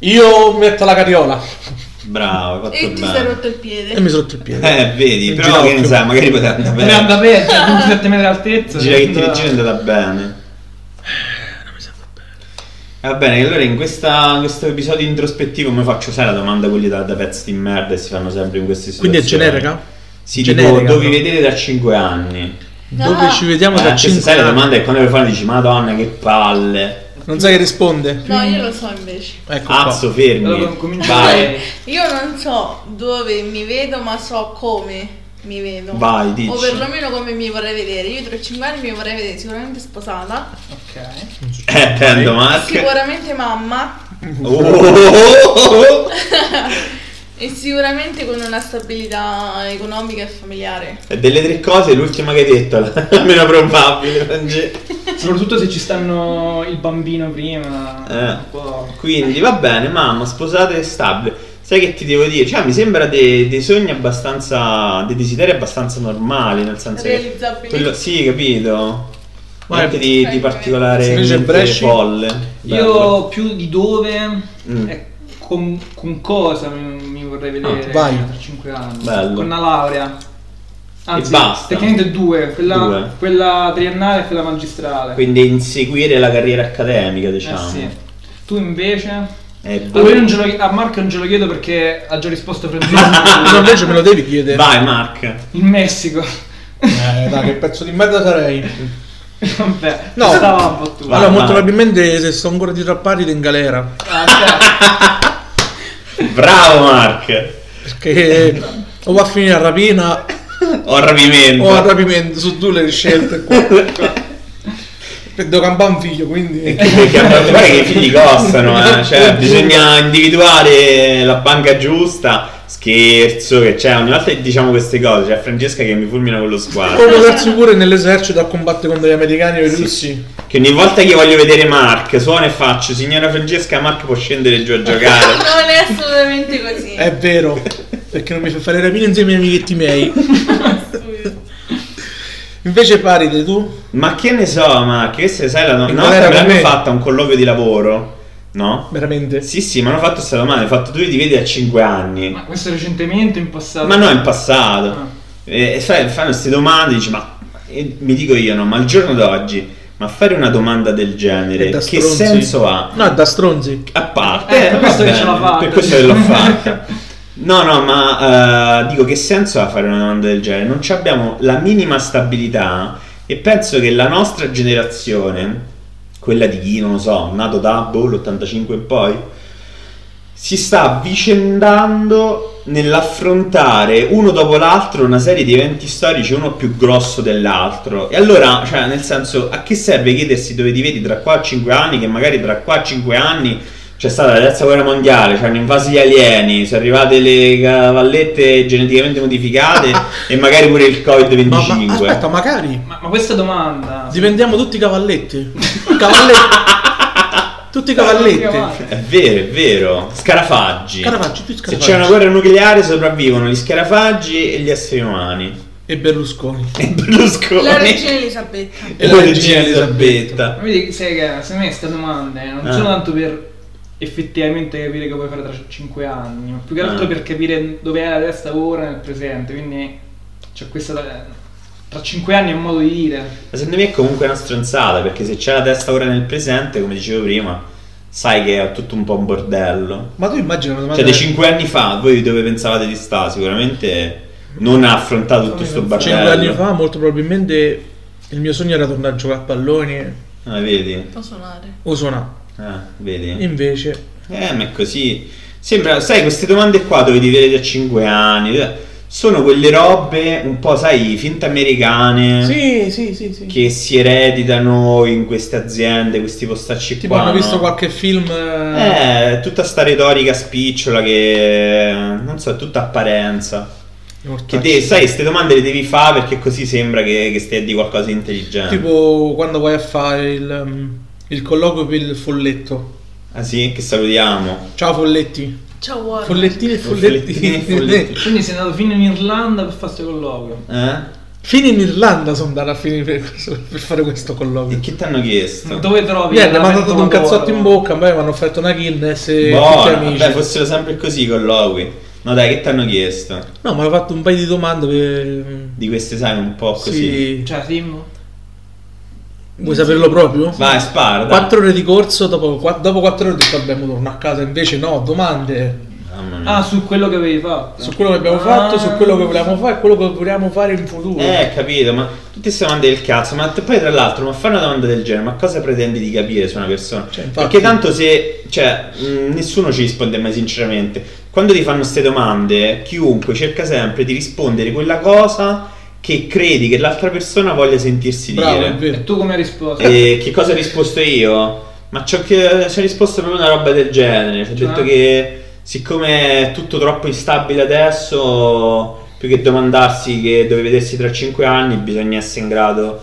Io metto la carriola.
Bravo, hai
E
fatto
ti sei
bene.
rotto il piede.
E mi sono rotto il piede.
Eh, vedi,
Il
però che ne
ginocchio.
sai, magari poteva andare
Eh,
Come
bene.
anda peggio, 27 metri d'altezza.
Gira che ti gira è andata bene.
Eh,
Va bene, allora in, questa- in questo episodio introspettivo mi faccio sai la domanda quelli da, da pezzi di merda e si fanno sempre in queste situazioni.
Quindi è generica?
Sì,
Generica,
tipo, dovi
no?
vedere da 5 anni.
No.
Dove ci vediamo
Eh,
da
questa
5
sai la
anni?
domanda è quando le fanno dici, madonna che palle.
Non sai che risponde?
No, io lo so invece.
Ecco
Azzo,
qua.
fermi.
Allora comincia
Vai,
Io non so dove mi vedo, ma so come mi vedo.
vai, dici.
O perlomeno come mi vorrei vedere. Io tra 5 anni mi vorrei vedere sicuramente sposata,
Ok.
Eh, prendo
Ah,
Mark.
sicuramente mamma
Oh, oh, oh, oh.
e sicuramente con una stabilità economica e familiare.
E delle tre cose l'ultima che hai detto, la meno probabile. Eh, Frange.
Soprattutto se ci stanno il bambino prima.
Eh.
un po'.
Quindi va bene, mamma, sposate e stabile. Sai che ti devo dire? Cioè, mi sembra dei, dei sogni abbastanza. dei desideri abbastanza normali, nel senso che.
Realizzabili.
Quello, sì, capito.
Ma è-
Niente di, di particolare
Invece
niente
Bresci?
folle. Bello.
Io più di dove
Mm.
e con, con cosa mi, mi vorrei vedere
Ah, vai.
tra 5 anni.
Bello.
Con una laurea. Anzi,
basta.
tecnicamente due, quella,
Due.
quella triennale e quella magistrale.
Quindi inseguire la carriera accademica,
Eh,
diciamo.
sì. Tu invece?
Eh, boh.
Allora, io non ce lo- a Marco non ce lo chiedo perché ha già risposto Francesco
No, invece me lo devi chiedere.
Vai, Mark.
in Messico.
Eh, dai, che pezzo di merda sarei.
Vabbè,
No.
stavo a battuta.
Va,
allora, molto
vai.
probabilmente se sono ancora dietro a Paride in galera.
Ah, ok.
Bravo, Mark.
Perché o va a finire a rapina
Ho rapimento.
o a rapimento. Su due le scelte qua. Per devo campare un figlio, quindi.
Perché a parte che i figli costano, eh. cioè, bisogna individuare la banca giusta. Scherzo, che c'è ogni volta che diciamo queste cose. C'è Francesca che mi fulmina con lo sguardo.
Come darsi pure nell'esercito a combattere contro gli americani e i russi.
Che ogni volta che io voglio vedere Mark, suono e faccio, signora Francesca, Mark può scendere giù a
Eh.
giocare.
Non è assolutamente così.
È vero. Perché non mi fa fare rapina insieme ai amichetti miei. Invece Paride tu?
Ma che ne so, ma che se sai la no-
In
una volta
galera
me
con
l'hanno
me.
fatta un colloquio di lavoro. No?
Veramente.
Sì, sì, mi hanno fatto sta domanda. Hai fatto tu ti vedi a 5 anni.
Ma questo recentemente, in passato?
Ma no, in passato.
Ah.
E, e fai- fanno queste domande, dici, ma e mi dico io, no, ma al giorno d'oggi, ma fare una domanda del genere,
È da
che
stronzi.
senso ha?
No, è da stronzi.
A parte,
Eh, per questo
va
che ce l'ha
bene,
fatta.
Per questo che l'ho fatta. No, no, ma eh, dico che senso ha fare una domanda del genere? Non ci abbiamo la minima stabilità e penso che la nostra generazione, quella di chi non lo so, nato da boh, l'85 e poi, si sta avvicendando nell'affrontare uno dopo l'altro una serie di eventi storici, uno più grosso dell'altro. E allora, cioè, nel senso, a che serve chiedersi dove ti vedi tra qua a 5 anni, che magari tra qua a 5 anni c'è stata la terza guerra mondiale, c'hanno invaso gli alieni, sono arrivate le cavallette geneticamente modificate e magari pure il
Ma, ma
Covid-25.
aspetta, magari
Ma, ma questa domanda...
divendiamo tutti cavalletti. Cavalletti. tutti cavalletti.
È vero, è vero. Scarafaggi.
Scarafaggi, tutti
Se
scarafaggi.
c'è una guerra nucleare sopravvivono gli scarafaggi e gli esseri umani.
E Berlusconi.
E Berlusconi.
La regina Elisabetta.
e la regina Elisabetta.
Ma vedi, sai che secondo me queste domande non
Ah.
Eh.
sono tanto per effettivamente capire che vuoi fare tra 5 anni, ma più che
Eh.
altro
Ah.
per capire dove è la testa ora nel presente, quindi c'è questa... Tra 5 anni è un modo di dire.
Ma secondo me è comunque una stronzata perché se c'è la testa ora nel presente, come dicevo prima, sai che è tutto un po' un bordello.
Ma tu immagina una domanda.
Cioè, dei 5 anni fa, voi dove pensavate di stare? Sicuramente non ha affrontato tutto
Come
sto
pensavo?
bardello.
Cinque anni fa, molto probabilmente il mio sogno era tornare a giocare a pallone
Ah, vedi?
Può suonare.
o suonare.
Ah, vedi?
Invece,
Eh, ma è così. Sembra, sai, queste domande qua dove ti vedi a 5 anni eh, sono quelle robe un po', sai, finta americane
sì, sì, sì, sì.
che si ereditano in queste aziende, questi postacci
Tipo,
qua.
hanno
no?
visto qualche film. eh,
Eh, tutta sta retorica spicciola che eh, non so, è tutta apparenza.
i
Che
mortacci.
te, sai, queste domande le devi fare perché così sembra che, che stia di qualcosa di intelligente.
Tipo quando vai a fare il, um, il colloquio per il folletto.
Ah sì, che salutiamo.
Ciao folletti.
Ciao Warren.
Follettini e folletti.
Follettini e folletti.
Quindi sei andato fino in Irlanda per fare questo colloquio.
Eh?
Fino in Irlanda sono andato a finire per, questo- per fare questo
E
colloquio.
che ti hanno chiesto?
Dove trovi?
Niente, mi hanno
veramente
dato un
lavoro?
cazzotto in bocca, poi mi hanno offerto una Guinness e tutti
Buona,
amici.
Boh, vabbè, fossero sempre così i colloqui. No dai, che ti hanno chiesto?
No, mi hanno fatto un paio di domande per...
Di questi esami un po' così.
Sì.
Cioè, Simmo?
Vuoi saperlo proprio?
Vai, spara. dai.
4 ore di corso, dopo, qua- dopo 4 ore ho detto abbiamo torno a casa, invece no, domande
Mamma mia.
Ah, su quello che avevi fatto.
su quello che abbiamo
Ah.
fatto, su quello che volevamo fare, quello che vogliamo fare in futuro.
Eh, capito, ma tutte queste domande del cazzo, ma t- poi tra l'altro, ma fare una domanda del genere, ma cosa pretendi di capire su una persona?
Cioè, infatti-
Perché tanto se, cioè, mh, nessuno ci risponde mai sinceramente. Quando ti fanno queste domande, chiunque cerca sempre di rispondere quella cosa che credi che l'altra persona voglia sentirsi
Bravo, è
dire.
vero.
E tu come hai risposto?
E che cosa ho risposto io? Ma ciò che ci ho risposto proprio una roba del genere. Ci ho
Cioè?
detto che siccome è tutto troppo instabile adesso, più che domandarsi che dove vedersi tra 5 anni, bisogna essere in grado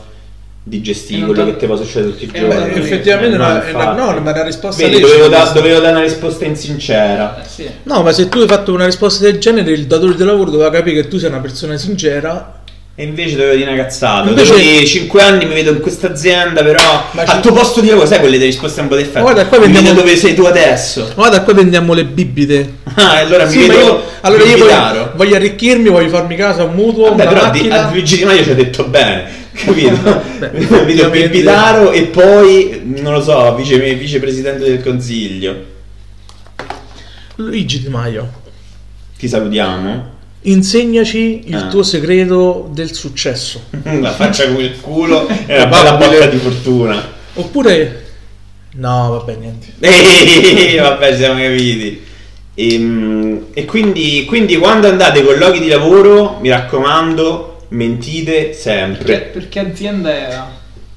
di
E
gestire
non
quello
t'ha-
che ti può succedere tutti i
e non
giorni. Eh,
t'ha-
effettivamente
no,
era- era-
infatti.
no, ma era risposta
Vedi,
lecita
dovevo, da-
questa.
dovevo dare una risposta insincera.
Eh, sì.
No, ma se tu hai fatto una risposta del genere, il datore di lavoro doveva capire che tu sei una persona sincera.
E invece dovevo dire una cazzata.
Invece-
Dovevo dire 5 anni mi vedo in questa azienda, però.
Ma
al
ci-
tuo posto di lavoro, sai quelle delle risposte un po' d'effetto.
Guarda, qua
mi vedo
vendiamo-
dove sei tu adesso.
Guarda, qua vendiamo le bibite.
Ah, e allora
Sì,
mi
ma
vedo
io, allora
mi
io voglio,
chiaro.
voglio arricchirmi, voglio farmi casa, un mutuo,
Vabbè,
una
però di-
macchina.
a Luigi Di Maio ci ha detto bene, capito?
Beh,
Mi vedo
ovviamente.
Bibitaro e poi, non lo so, vice- vicepresidente del consiglio.
Luigi Di Maio,
Ti salutiamo.
insegnaci il
Ah.
tuo segreto del successo.
La faccia con il culo e una
Va
bella
bene.
botta di fortuna.
Oppure... No, vabbè, niente.
Ehi, vabbè, ci siamo capiti. Ehm, E, quindi, quindi quando andate ai colloqui di lavoro, mi raccomando, mentite
Perché,
sempre.
perché azienda era?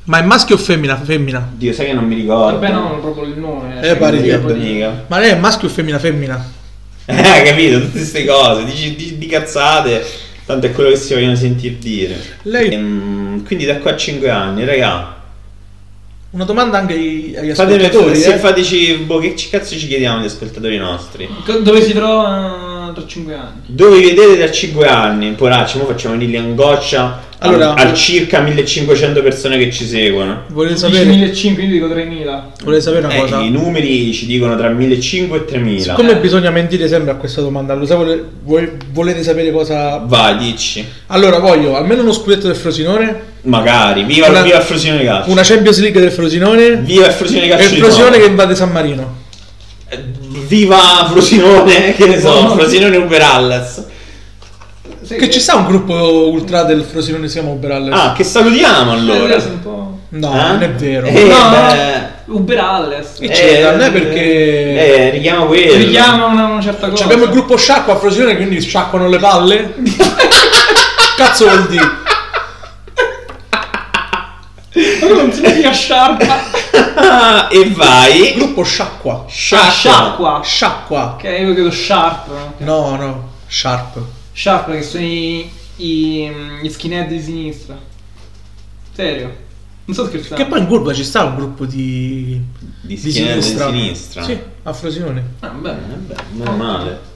Ma è maschio o femmina? Femmina.
Dio, sai che non mi ricordo.
Vabbè, no, proprio il nome.
Eh, pare di-
tipo
Mica.
Ma lei è maschio o femmina? Femmina.
Eh, capito, tutte queste cose, dici di, di cazzate, tanto è quello che si vogliono sentir dire.
Lei-
Ehm, quindi da qua a 5 anni, raga,
Una domanda anche agli, agli
fatemi
ascoltatori.
se
eh.
fateci, boh, che ci- cazzo ci chiediamo agli ascoltatori nostri?
Co- Dove si trova fino a tra 5 anni.
Dove vi vedete da 5 anni? Poracci, mo facciamo venire l'angoscia
Allora-
al circa 1500 persone che ci seguono.
Volete
Dici
sapere,
1500, io dico 3000.
volete sapere una
Eh,
cosa?
I numeri ci dicono tra 1500 e 3000.
Siccome bisogna mentire sempre a questa domanda, lo sai, vole- voi- volete sapere cosa...
Vai, dici.
Allora, voglio almeno uno scudetto del Frosinone,
Magari, viva,
Una-
viva il Frosinone Calcio.
una Champions League del Frosinone
Viva il Frosinone
e
Calcio.
il
di
Frosinone che
Roma.
invade San Marino.
Eh, Viva Frosinone, che ne so, Frosinone Uberallas.
Sai
Che ci sta un gruppo ultra del Frosinone che si chiama Uberall.
Ah, che salutiamo allora.
Eh, sei un po'.
No,
Eh?
non è vero.
Eh,
No,
beh.
Uberalles.
Che c'era? Non è perché-
Eh, richiama quello.
Richiama una, una certa cosa.
Cioè, abbiamo il gruppo sciacqua a Frosinone, quindi sciacquano le palle. Cazzo vuol dire?
gruppo. Non significa sciarpa.
Ah, e vai.
Gruppo sciacqua.
Sciacqua.
Sciacqua.
Sciacqua.
Ah, Ok, io credo sharp.
No, no, sharp.
Sharp che sono i, i, gli skinhead di sinistra. Serio. Non sto scherzando.
Che poi in curva ci sta un gruppo di.
Di schiena di sinistra.
Sì, a Frosinone.
Ah, beh.
Eh, beh, meno male.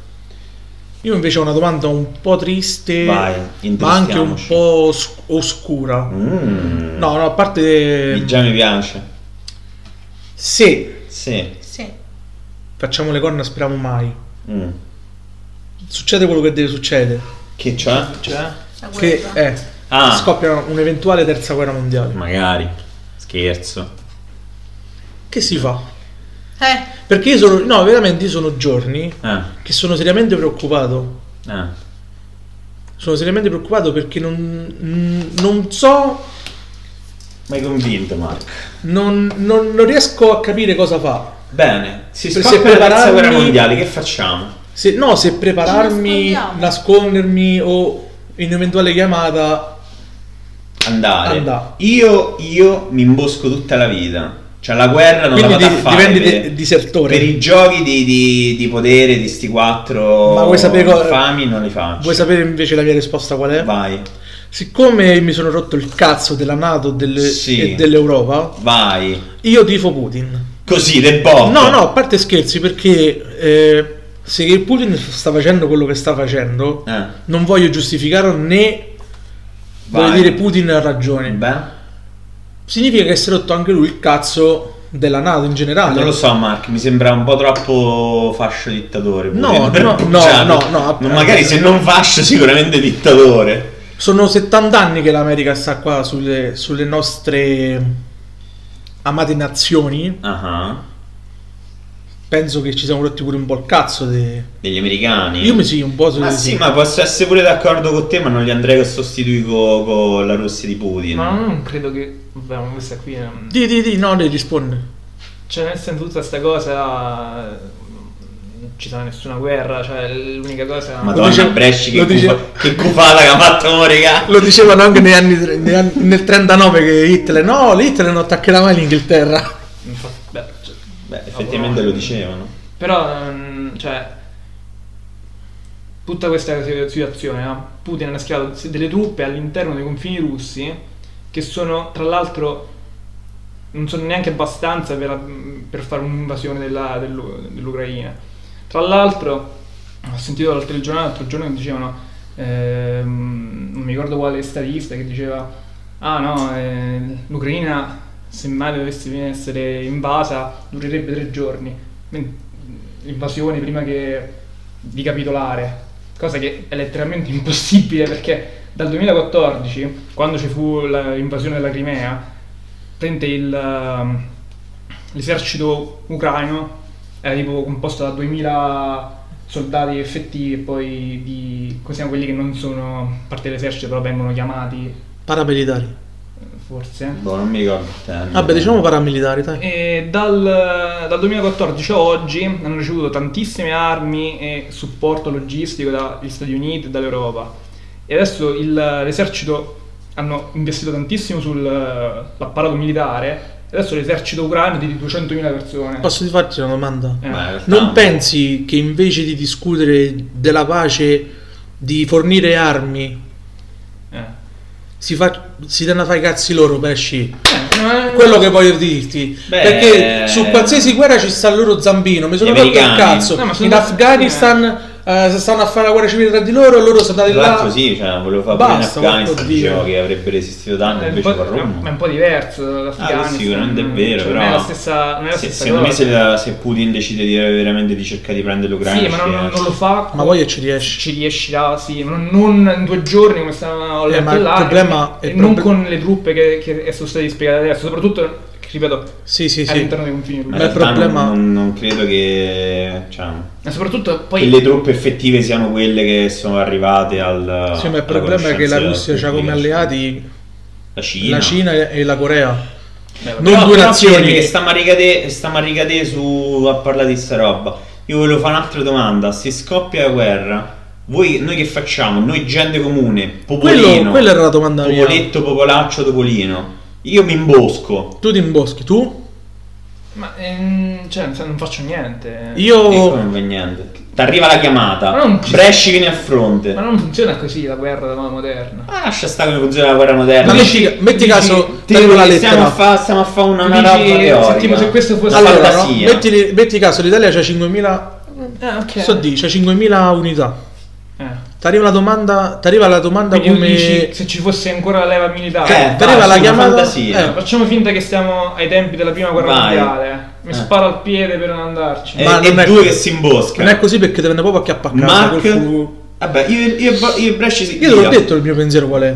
Io invece ho una domanda un po' triste,
Vai,
ma anche un
intristiamoci.
po' os- oscura.
Mm.
No, no, a parte. mm,
Già mi piace.
Se
Sì.
Sì.
facciamo le corna, speriamo mai.
Mm.
Succede quello che deve succedere.
Che c'è?
Cioè?
La
Che
guerra.
è.
Ah. Mm.
Scoppia un'eventuale terza guerra mondiale.
Magari. Scherzo.
Che si fa?
Eh,
Perché io sono. No, veramente io sono giorni
Ah,
che sono seriamente preoccupato.
ah.
Sono seriamente preoccupato perché non. non so.
Ma hai convinto, Marco?
Non, non- non riesco a capire cosa fa.
Bene. Si
Se
scoppia la terza
prepararmi-
guerra mondiale, che facciamo?
Se, no, se prepararmi,
Ci nascondiamo.
nascondermi o in eventuale chiamata.
Andare.
Andà.
Io, io mi imbosco tutta la vita. Cioè, la guerra non
Quindi
la vado
di-
a fare.
diventi
per-
de- disertore.
Per i giochi di, di- di potere di sti quattro
Ma vuoi sapere cosa-
fami non li faccio.
Vuoi sapere invece la mia risposta qual è?
Vai,
Siccome mi sono rotto il cazzo della Nato delle-
Sì.
e dell'Europa,
vai.
io tifo Putin.
Così, le botte.
No, no, a parte scherzi, perché eh, se il Putin sta facendo quello che sta facendo,
Eh,
non voglio giustificarlo né voglio
Vai.
dire Putin ha ragione.
beh,
Significa che si è rotto anche lui il cazzo della Nato in generale.
non lo so, Mark. Mi sembra un po' troppo fascio dittatore.
No,
Putin, per
no, no,
Pucciano.
no, no, app-
Ma magari se non fascio, sicuramente dittatore.
Sono 70 anni che l'America sta qua sulle, sulle nostre amate nazioni.
Ah,
Penso che ci siamo rotti pure un po' il cazzo. de-
degli americani.
Io mi sì, un po'. su-
Mm. Ma sì, ma posso essere pure d'accordo con te, ma non li andrei a sostituire con la Russia di Putin.
Ma non credo che. Vabbè, ma questa qui. è un-
Di, di, di, no, lei risponde.
Cioè, nel senso, tutta sta cosa. Non ci sarà nessuna guerra. Cioè, l'unica cosa.
Madonna,
dice-
Bresci che,
lo dice-
cufa- che cufata che ha fatto, mo, regà.
Lo dicevano anche negli anni, tre- negli anni- nel 39 che Hitler. No, l'Hitler non attaccherà mai l'Inghilterra.
Infatti, beh, cioè,
Beh, effettivamente lo dicevano.
Però, mm, cioè, tutta questa situazione, no? Putin ha schierato s- delle truppe all'interno dei confini russi che sono, tra l'altro, non sono neanche abbastanza per, mm, per fare un'invasione della- dell'U- dell'Ucraina. Tra l'altro, ho sentito l'altro giorno, l'altro giorno che dicevano, ehm, non mi ricordo quale statista, che diceva, ah no, eh, l'Ucraina se mai dovesse essere invasa durerebbe tre giorni, Men- l'invasione prima che di capitolare, cosa che è letteralmente impossibile perché dal 2014, quando ci fu la- l'invasione della Crimea, praticamente il, ehm, l'esercito ucraino era tipo composto da 2000 soldati effettivi e poi di così, quelli che non sono parte dell'esercito però vengono chiamati
Paramilitari.
eh, forse
Boh, non mi ricordo il termine.
Vabbè, diciamo paramilitari, dai.
Eh.
e dal, dal 2014 a oggi hanno ricevuto tantissime armi e supporto logistico dagli Stati Uniti e dall'Europa. E adesso il- l'esercito hanno investito tantissimo sull'apparato militare. e Adesso l'esercito ucraino è di 200.000 persone.
Posso ti farti una domanda?
Eh,
Ma in realtà-
Non pensi che invece di discutere della pace, di fornire armi,
eh.
si, fa, si danno a fare i cazzi loro, pesci?
Eh,
Quello che voglio dirti.
Beh.
Perché su qualsiasi guerra ci sta il loro zambino. Mi sono
Gli
rotto il
americani.
cazzo.
No, ma sono
In
tutti-
Afghanistan eh, stanno a fare la guerra civile tra di loro e loro sono andati
Tra l'altro
là.
sì, cioè, volevo fare pure in
Basta,
Afghanistan,
oddio. Eh,
diceva che avrebbe resistito danno,
È Eh, un
invece
po'-
fa Rum.
ma è un po' diverso dall'Afghanistan.
Ah, sì, sicuramente è
Mm.
vero,
Cioè,
però
Non è la stessa, non è la
se-
stessa
secondo me
cosa.
se, la- se Putin decide di, veramente di cercare di prendere l'Ucraina cioè,
Sì, ma non,
ci
non-
riesce.
non lo fa.
Ma poi ci riesci.
ci riesci là, sì, ma non non in due giorni come stanno
Eh,
le
ma il
là,
problema
e,
è
e non
proprio-
con le truppe che, che sono state dispiegate adesso, soprattutto, ripeto,
Sì, sì, Eh. sì.
all'interno dei confini russi.
Ma
Ma
in
il
realtà
problema-
non, non credo che, cioè,
Ma soprattutto
che
poi
le truppe effettive siano quelle che sono arrivate al
Sì, ma il
alla
problema è che la
conoscenza
Russia
pubblica.
ha come alleati
la Cina,
la Cina e la Corea.
Beh, vabbè.
Non
Però-
due
però
nazioni.
fermi, che stiamo a ricadere stiamo a ricadere su a parlare di sta roba. Io volevo fare un'altra domanda. Se scoppia la guerra, voi, noi che facciamo? Noi gente comune, popolino,
Quello- quella era la domanda mia.
popoletto, popolaccio, topolino. Io mi imbosco.
Tu ti imboschi, tu?
Ma ehm, cioè, non- non faccio niente.
E
Io...
come non fa niente. Ti arriva la chiamata,
Ma non ci-
Bresci viene a fronte.
Ma non funziona così la guerra moderna.
Ma lascia sta come funziona la guerra moderna.
Ma
Ti
metti, metti
dici-
caso, ti
dico
arriva la
che stiamo,
lettera.
a fa, stiamo a fa una, una
Tu dici,
roba teorica.
tipo, se questo fosse-
una
Allora, no?
fantasia.
metti, metti caso, l'Italia c'ha 5.000...
Ah, ok.
So di, c'ha 5.000 unità.
Eh.
Ti arriva la domanda, ti arriva la domanda
Quindi
come...
dici, se ci fosse ancora la leva militare.
Eh,
ti arriva
vai,
cioè, la
su, una
chiamata-
fantasia.
eh,
Facciamo finta che stiamo ai tempi della prima guerra
Vai.
mondiale. Mi
Eh.
sparo al piede per non andarci.
E,
ma
e
non è-
due che si imbosca.
Non è così perché te ne proprio acchiappa a casa.
Mark.
col fu-
Vabbè, io, io, io, e Bresci si-
Io te l'ho
via.
detto il mio pensiero qual è.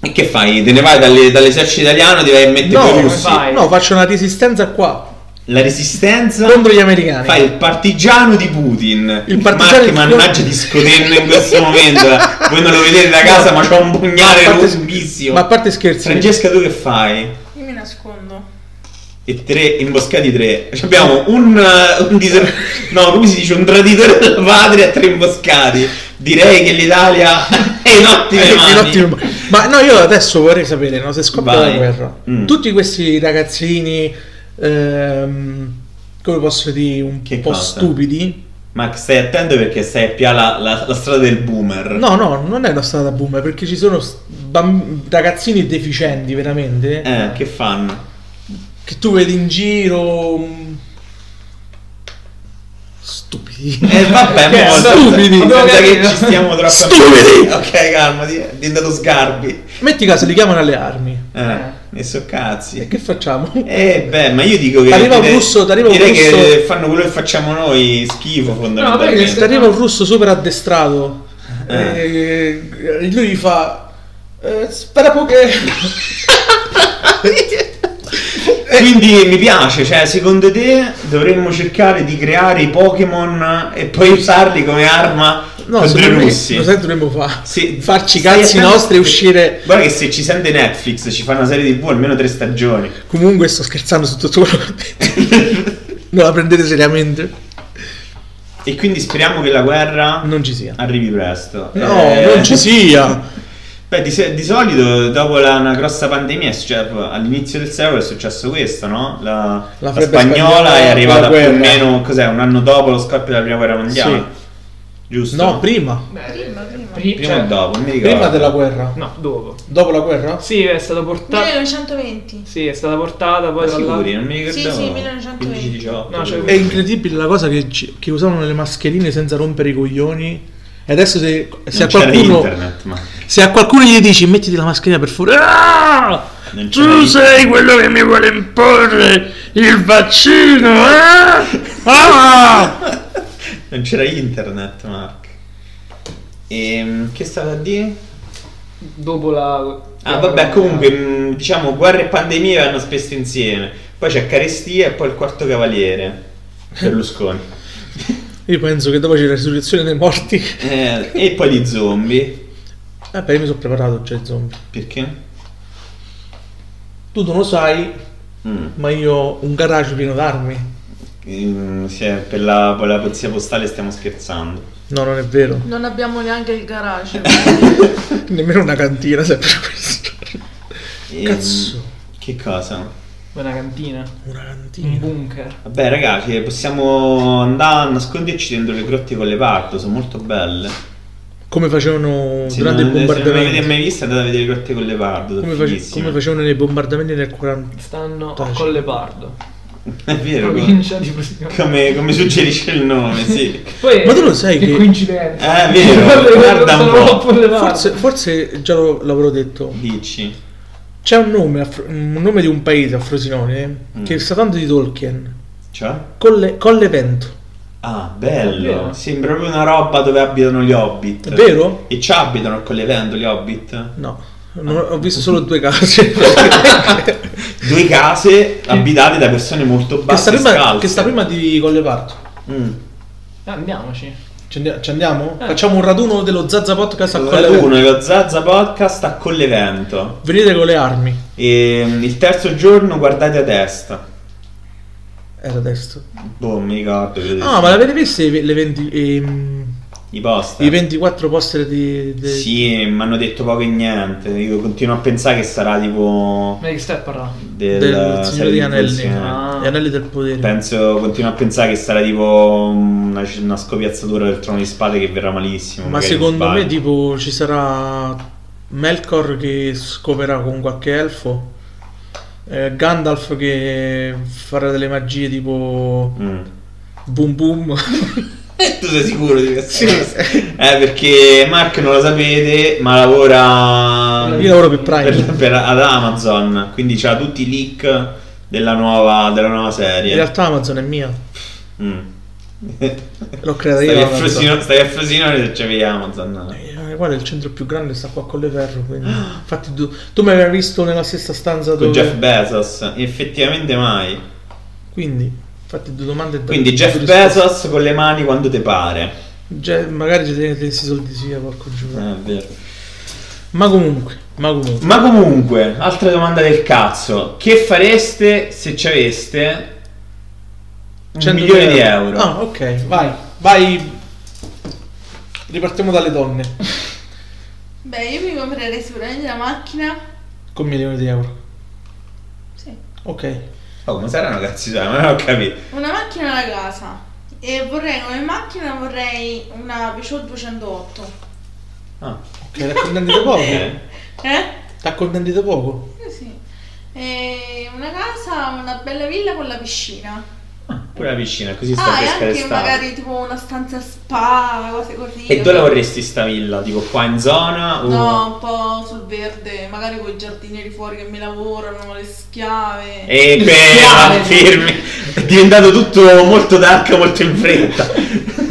E che fai? Te ne vai dalle- dall'esercito italiano ti vai a mettere con i
No,
russi.
fai?
no, faccio una resistenza qua
La resistenza.
contro gli americani.
Fai il partigiano di Putin.
Il partigiano
Ma che
di-
mannaggia di scotenno in questo momento. eh. Voi non lo vedete da casa, ma c'ho un pugnale
Ma a parte-
lunghissimo.
Ma a parte scherzi,
Francesca, tu che fai?
Io mi nascondo.
E tre imboscati tre. Ci Abbiamo un, eh, un diser- No, come si dice? Un traditore della patria e tre imboscati. Direi che l'Italia è in ottime
Eh,
mani.
in ottimo- Ma no, io adesso vorrei sapere, no, se scoppia
Vai.
la guerra,
Mm.
tutti questi ragazzini, ehm, come posso dire, un
Che
po'
cosa?
stupidi.
Max, stai attento perché stai più alla la, la strada del boomer.
No, no, non è una strada boomer, perché ci sono s- bamb- ragazzini deficienti, veramente,
Eh, che fanno?
che tu vedi in giro... mm, Stupidi.
Eh, vabbè,
Che
mo-
stupidi!
Senza che
Abbiamo
ci stiamo troppo
Stupidi!
Ok, calmati, è diventato sgarbi.
Metti caso, li chiamano alle armi.
Eh, messo cazzi.
E che facciamo?
Eh beh, ma io dico che
T'arriva un
dire-
russo, t'arriva un
direi che
russo.
fanno quello che facciamo noi, schifo
No,
Perché
fondamentalmente.
se arriva un russo super addestrato
Eh.
e lui gli fa eh, spera poche Eh.
Quindi mi piace, cioè, secondo te dovremmo cercare di creare i Pokémon e poi usarli come arma contro i
secondo me
russi?
lo sai dovremmo fa-
Se-
farci i
stai
cazzi
attento-
nostri e uscire
Guarda che se ci sente Netflix ci fa una serie tv almeno tre stagioni.
comunque sto scherzando su tutto quello che ho detto. non la prendete seriamente
E quindi speriamo che la guerra
non ci sia
arrivi presto.
no
Eh,
non ci sia
Beh, di, se- di solito dopo la, una grossa pandemia, è successo- cioè, all'inizio del secolo è successo questo, no? La,
La
la
febbre
spagnola
spagnola,
è arrivata
la
più o
guerra.
meno, cos'è, un anno dopo lo scoppio della prima guerra mondiale. Giusto?
no prima
Beh,
Prima, prima.
pri-
prima
cioè,
o dopo, non mi ricordo.
prima della guerra
No, dopo.
dopo la guerra
Sì, è stata portata.
1920.
Sì, è stata portata
Ma
poi dalla-
Ah, sicuri, non mi
Sì,
ricordavo.
sì, 1920.
15-18.
No, cioè-
è incredibile la cosa che, ci- che usavano le mascherine senza rompere i coglioni e adesso se, se a
Non c'era
qualcuno
internet, ma...
Se a qualcuno gli dici mettiti la mascherina per favore, "Ah,
Non c'è
Tu
niente.
sei quello che mi vuole imporre il vaccino, eh? Ah!
Non c'era internet, Mark. Ehm, che stava a dire?
Dopo la.
Ah, vabbè, comunque, mh, diciamo, guerra e pandemia vanno spesso insieme. Poi c'è carestia e poi il quarto cavaliere. Berlusconi.
Io penso che dopo c'è la risurrezione dei morti.
Eh, e poi gli zombie.
Eh, beh, io mi sono preparato, c'è zombie.
Perché?
Tu non lo sai,
Mm.
ma io ho un garage pieno d'armi.
Ehm, sì, per, la, per la polizia postale stiamo scherzando.
No, non è vero.
Non abbiamo neanche il garage.
Nemmeno una cantina, sempre questo.
Ehm,
Cazzo.
Che cosa?
Una cantina.
Una
Un
cantina.
bunker.
Vabbè, ragazzi, possiamo andare a nasconderci dentro le grotte con le parto, sono molto belle.
Come facevano
Se
durante
non, Se non l'avete
i bombardamenti.
mai vista, andate a vedere Grotte con Leopardo.
Come, face- come facevano nei bombardamenti nel 40.
Stanno a
Taci.
Collepardo.
È vero.
provincia di Frosinone.
Come, come suggerisce il nome, sì.
Poi,
Ma tu lo sai che-
Eh,
coincidenza.
è vero, guarda un po'.
Forse, forse già lo- l'avrò detto.
Dici.
C'è un nome, a Fro- un nome di un paese a Frosinone che è stato di Tolkien.
Cioè?
Colle, Colle Vento.
Ah, bello.
Davvero?
Sembra proprio una roba dove abitano gli hobbit.
È vero?
E ci abitano con le vendo gli hobbit?
No, non- ho visto solo due case.
Due case abitate da persone molto
che,
basse
sta
e
prima,
scalze.
che sta prima di Colle Parto.
Mm.
Eh, Andiamoci.
Ci andia- ci andiamo? Facciamo un raduno dello Zazza Podcast a Colle
Raduno
Vento.
e lo Zazza Podcast a Collevento.
Venite con le armi.
E mm, il terzo giorno guardate a destra.
Era testo.
Boh, mi ricordo. vedete.
Ah, ma l'avete visto i- le 20 ehm,
I poster.
i 24 poster di... de-
Sì, mi hanno detto poco e niente. Io continuo a pensare che sarà tipo
Ma di che stai a parlare?
del,
del Signore degli
degli
Anelli,
Anelli.
Ah.
gli Anelli del Potere.
Penso, continuo a pensare che sarà tipo una, una scopiazzatura del trono di spade che verrà malissimo.
Ma
magari
secondo me
sbaglio.
tipo ci sarà Melkor che scoperà con qualche elfo, eh, Gandalf che farà delle magie tipo
Mm.
boom boom.
Tu sei sicuro di questa cosa? Eh, perché Mark non lo sapete, ma lavora
Io lavoro per
per-
Prime.
per- ad Amazon, quindi c'ha tutti i leak della nuova, della nuova
In
serie.
realtà Amazon è mia,
Mm.
l'ho creata
Stai
io.
a
Amazon.
Frosinone stai a Frosinone se c'avevi Amazon.
Eh, Guarda, il centro più grande sta qua con le ferro. Quindi... Infatti, tu, tu mi avevi visto nella stessa stanza
Con
dove...
Jeff Bezos, effettivamente mai.
Quindi, fatti due domande. e dai
Quindi
due
Jeff
risposte.
Bezos con le mani quando te pare.
Je- magari ci tenete questi soldi sia, porco giù.
Eh, è vero.
Ma comunque, ma comunque.
Ma comunque, altra domanda del cazzo. Che fareste se ci aveste un
100.000
milione di euro?
Ah, ok, vai, vai. Ripartiamo dalle donne.
Beh, io mi comprerei sicuramente la macchina.
Con milioni di euro.
Sì.
Ok.
Oh, come saranno cazzi suoi? Ma non ho capito.
Una macchina alla casa. E vorrei come macchina vorrei una Peugeot 208.
Ah,
Ok, ti accontentite poco?
ok.
Ti
Eh?
accontentite poco?
Eh Sì. E una casa, una bella villa con la piscina.
Ah, Pure la piscina, così sta
Ah, e
fresca
anche
l'estate.
magari tipo una stanza spa, cose così.
E dove la vorresti sta villa? Tipo qua in zona? Uh. O...
No, un po' sul verde, magari con i giardinieri fuori che mi lavorano, le schiave.
E beh, fermi. È diventato tutto molto dark, molto in fretta.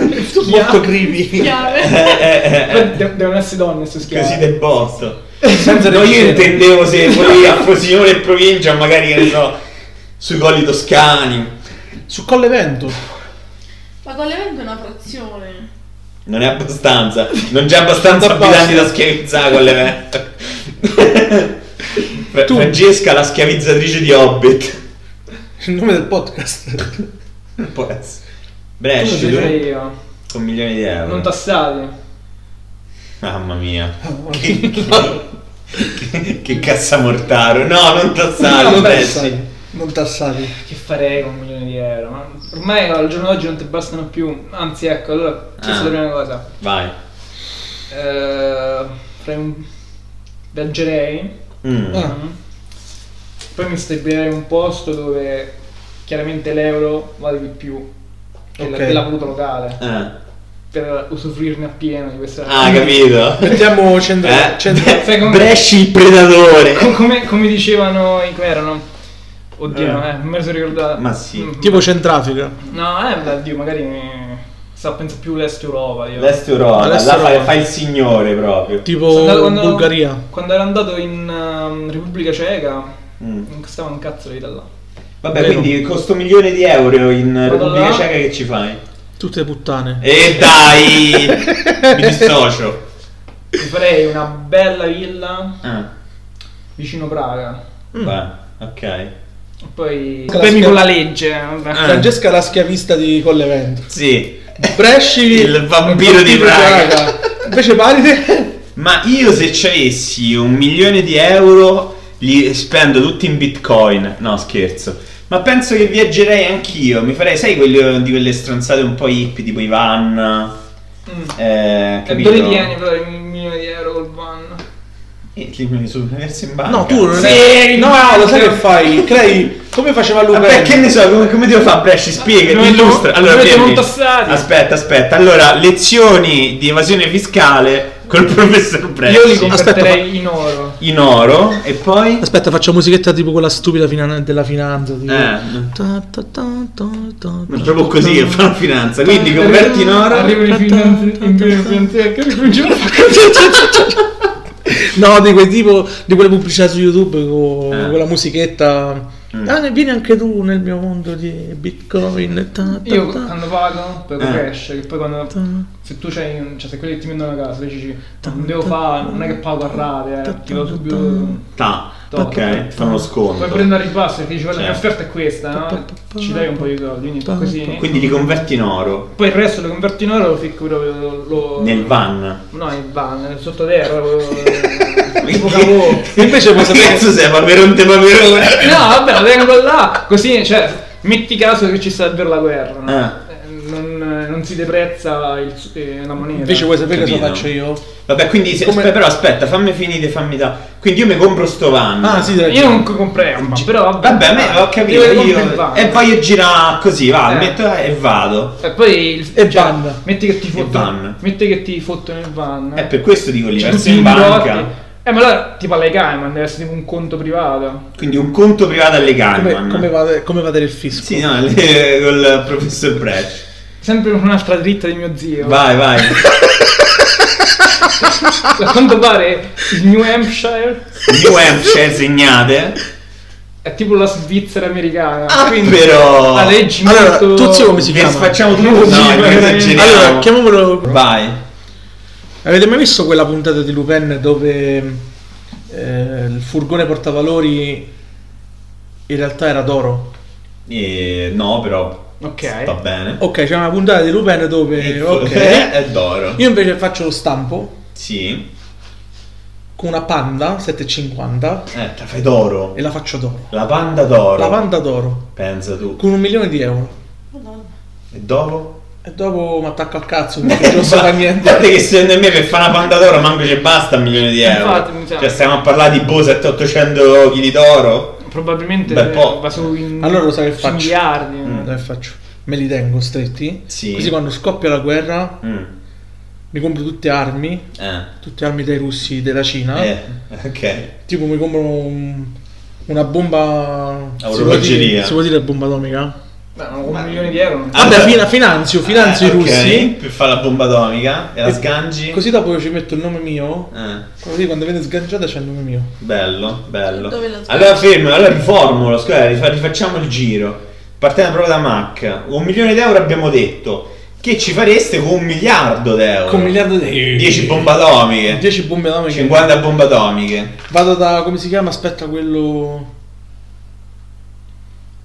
Molto creepy.
Schiave.
Eh, eh, eh,
Poi de- devono essere donne su
eh. Così
schiavi.
del botto.
Senza
No, io
reggiseno.
intendevo se volevi a Frosinone e provincia, magari che ne so, sui colli toscani.
Su Colle Vento.
Ma con le vento è una frazione.
Non è abbastanza, non c'è abbastanza
Non basta.
abitanti da schiavizzare con le vette. Fra-
Tu.
Francesca, la schiavizzatrice di Hobbit.
Il nome del podcast.
Può essere. eh.
Come
Bresci,
direi
tu?
io.
Con milioni di euro.
Non tassati.
Mamma mia. Che, che, che cazzamortaro. No, non tassare,
non
non Bresci.
tassati. Non tassati.
Che farei con un milione di euro? Ma ormai al giorno d'oggi non ti bastano più. Anzi, ecco, allora questa
Ah.
è la prima cosa.
Vai.
Eh, farei un. viaggerei.
Mm.
Ah.
Mm. Poi mi stabilirei un posto dove chiaramente l'euro vale di più che la-
Ok.
della valuta locale
Eh.
per usufruirne appieno di questa.
Ah, capito.
Mettiamo centro...
Eh?
centro...
Sai come-
Bresci il predatore.
Com- come, come dicevano i erano. Oddio,
Eh.
eh, non me lo sono ricordato.
Ma sì.
Mm.
Tipo Centrafrica.
No, eh, beh, oddio, magari. eh, Sta, penso più l'est Europa. Io.
L'est Europa, là
L'Est
fa,
Europa.
fa il signore proprio.
Tipo
Sono andato quando-
Bulgaria.
Quando ero andato in ehm, Repubblica Ceca,
Mm.
non costava un cazzo la vita là.
Vabbè,
Vero.
quindi con sto milione di euro in Repubblica
là.
Ceca che ci fai?
Tutte puttane.
E dai! Mi dissocio.
Mi farei una bella villa
Ah,
vicino Praga.
va, ok.
E Poi.
Classica-
Problemi con la legge. eh, vabbè.
Ah.
Francesca la schiavista di Colle Vento.
Sì.
Bresci
Il vampiro di Praga.
Invece parite
Ma io se c'avessi un milione di euro li spendo tutti in bitcoin. No, scherzo. Ma penso che viaggerei anch'io. Mi farei, sai, quello di quelle stronzate un po' hippie, tipo i van.
Mm.
Eh,
E
capito?
dove vieni però il milione di euro col van?
E li Eh, me li sono persi in banca.
No, tu non
Ah, Sì,
è.
in
No,
banca.
lo sai che fai? Crei. Come faceva lui?
Vabbè, che ne so, come, come devo fare? Bresci, spiega,
Noi
ti
abbiamo-
illustra. Allora,
noi abbiamo
vieni.
tassati.
Aspetta, aspetta. Allora, lezioni di evasione fiscale col professor Bresci.
Io li
aspetta,
converterei in oro.
In oro e poi...
Aspetta, faccio musichetta tipo quella stupida finan- della finanza. Tipo.
Eh,
Ta, ta, ta, ta, ta,
ma proprio così che fa la finanza. Quindi
Arrivano-
converti in oro...
Arrivano i finanzi- in finanzieri che ricominciano a fare così.
No, di quel tipo di quelle pubblicità su YouTube con
Eh.
quella musichetta.
Mm.
Ah, ne vieni anche tu nel mio mondo di Bitcoin. Ta, ta,
Io
ta.
quando pago, poi
Eh.
cash, che poi quando... Se tu c'hai, un- cioè se quelli che ti vendono la casa, dici, dici, "No, non devo fare, non è che pago a rate, eh, ti do subito...
Ta.
Tot.
Ok, fanno lo
Poi
sconto.
prendo al ribasso e ti dici, guarda, la mia offerta è questa, no? Ci dai un po' di soldi, quindi così... eh.
Quindi li converti in oro.
Poi il resto lo converti in oro, lo ficco lo, lo-
Nel van.
No, in van, nel sottoterra, lo- tipo cavò. No,
Che- Ma
Invece puoi
che
sapere-
cazzo sei, paperonte, paperone?
vabbè, la tengo là, così, cioè, metti caso che ci sta davvero la guerra, no?
Ah.
Eh, Non, non si deprezza il su- eh, la moneta.
Invece vuoi sapere cosa
Capito.
faccio io?
Vabbè, quindi se-
Come-
aspe- però aspetta, fammi finire, fammi da. Quindi io mi compro sto van.
Ah, sì, dai.
Io non co- comprei un van, però vabbè.
Vabbè, a me ho capito.
Io compro il
Io,
van.
e voglio girare così, va,
Eh.
metto e vado.
E poi il, cioè,
E van.
Metti che ti fottono.
van.
Metti che ti fottono il van.
E per questo dico lì,
Cioè,
verso
tutti i
in
biglietti.
banca.
Eh, ma allora tipo alle Cayman deve essere tipo un conto privato.
Quindi un conto privato alle Cayman.
Come, come, va, come va del fisco?
Sì, no, le- col professor Brescia.
Sempre con un'altra dritta di mio zio.
Vai, vai.
A quanto pare il New Hampshire
New Hampshire segnate.
è tipo la Svizzera americana. Ah, quindi
però-
la legge
Ah, Allora,
molto...
tu zio come si
Che
chiama?
facciamo tutto.
No,
No,
sì,
che
vai.
esageriamo.
Allora, chiamiamolo.
Vai.
Avete mai visto quella puntata di Lupin dove eh, il furgone portavalori in realtà era d'oro?
Eh, no, però.
Ok.
Va bene.
Ok, c'è una puntata di Lupin dove.
Il fo-
ok.
è d'oro.
Io invece faccio lo stampo
Sì.
con una panda 750
Eh, la fai d'oro.
e la faccio d'oro.
La panda d'oro.
La panda d'oro
Pensa tu.
con un milione di euro.
E dopo?
E dopo mi attacco al cazzo perché Eh, non so fare niente.
Guardate che secondo me per fare una panda d'oro manco ci basta un milione di euro.
Infatti, mi sa.
Cioè stiamo a parlare di boh 700-800 kg d'oro.
Probabilmente
Bel po'.
va su in...
Allora lo sai che
su
faccio.
miliardi.
Mm.
Dove faccio? Me li tengo stretti.
Sì.
Così quando scoppia la guerra
Mm.
mi compro tutte armi.
Eh.
Tutte armi dai russi, della Cina.
Eh, ok.
Tipo mi compro un- una bomba...
A
si, può
orologeria.
dire, si può dire bomba atomica?
Beh, ma con un milione di euro. non-
Ah,
Vabbè,
beh.
fina- finanzio, finanzio
Eh,
i
ok,
russi.
Per fare la bomba atomica e la
E-
sgangi.
Così dopo ci metto il nome mio.
Eh,
Così quando viene sganciata c'è il nome mio.
bello, bello.
Dove la sgangi?
Allora fermo, allora riformulo, scusa, rifa- rifacciamo il giro. Partendo proprio da Mac. Un milione di euro abbiamo detto. Che ci fareste con un miliardo di euro?
Con un miliardo di...
10 bombe atomiche.
10 bombe atomiche.
50 bombe atomiche.
Vado da... come si chiama? Aspetta quello...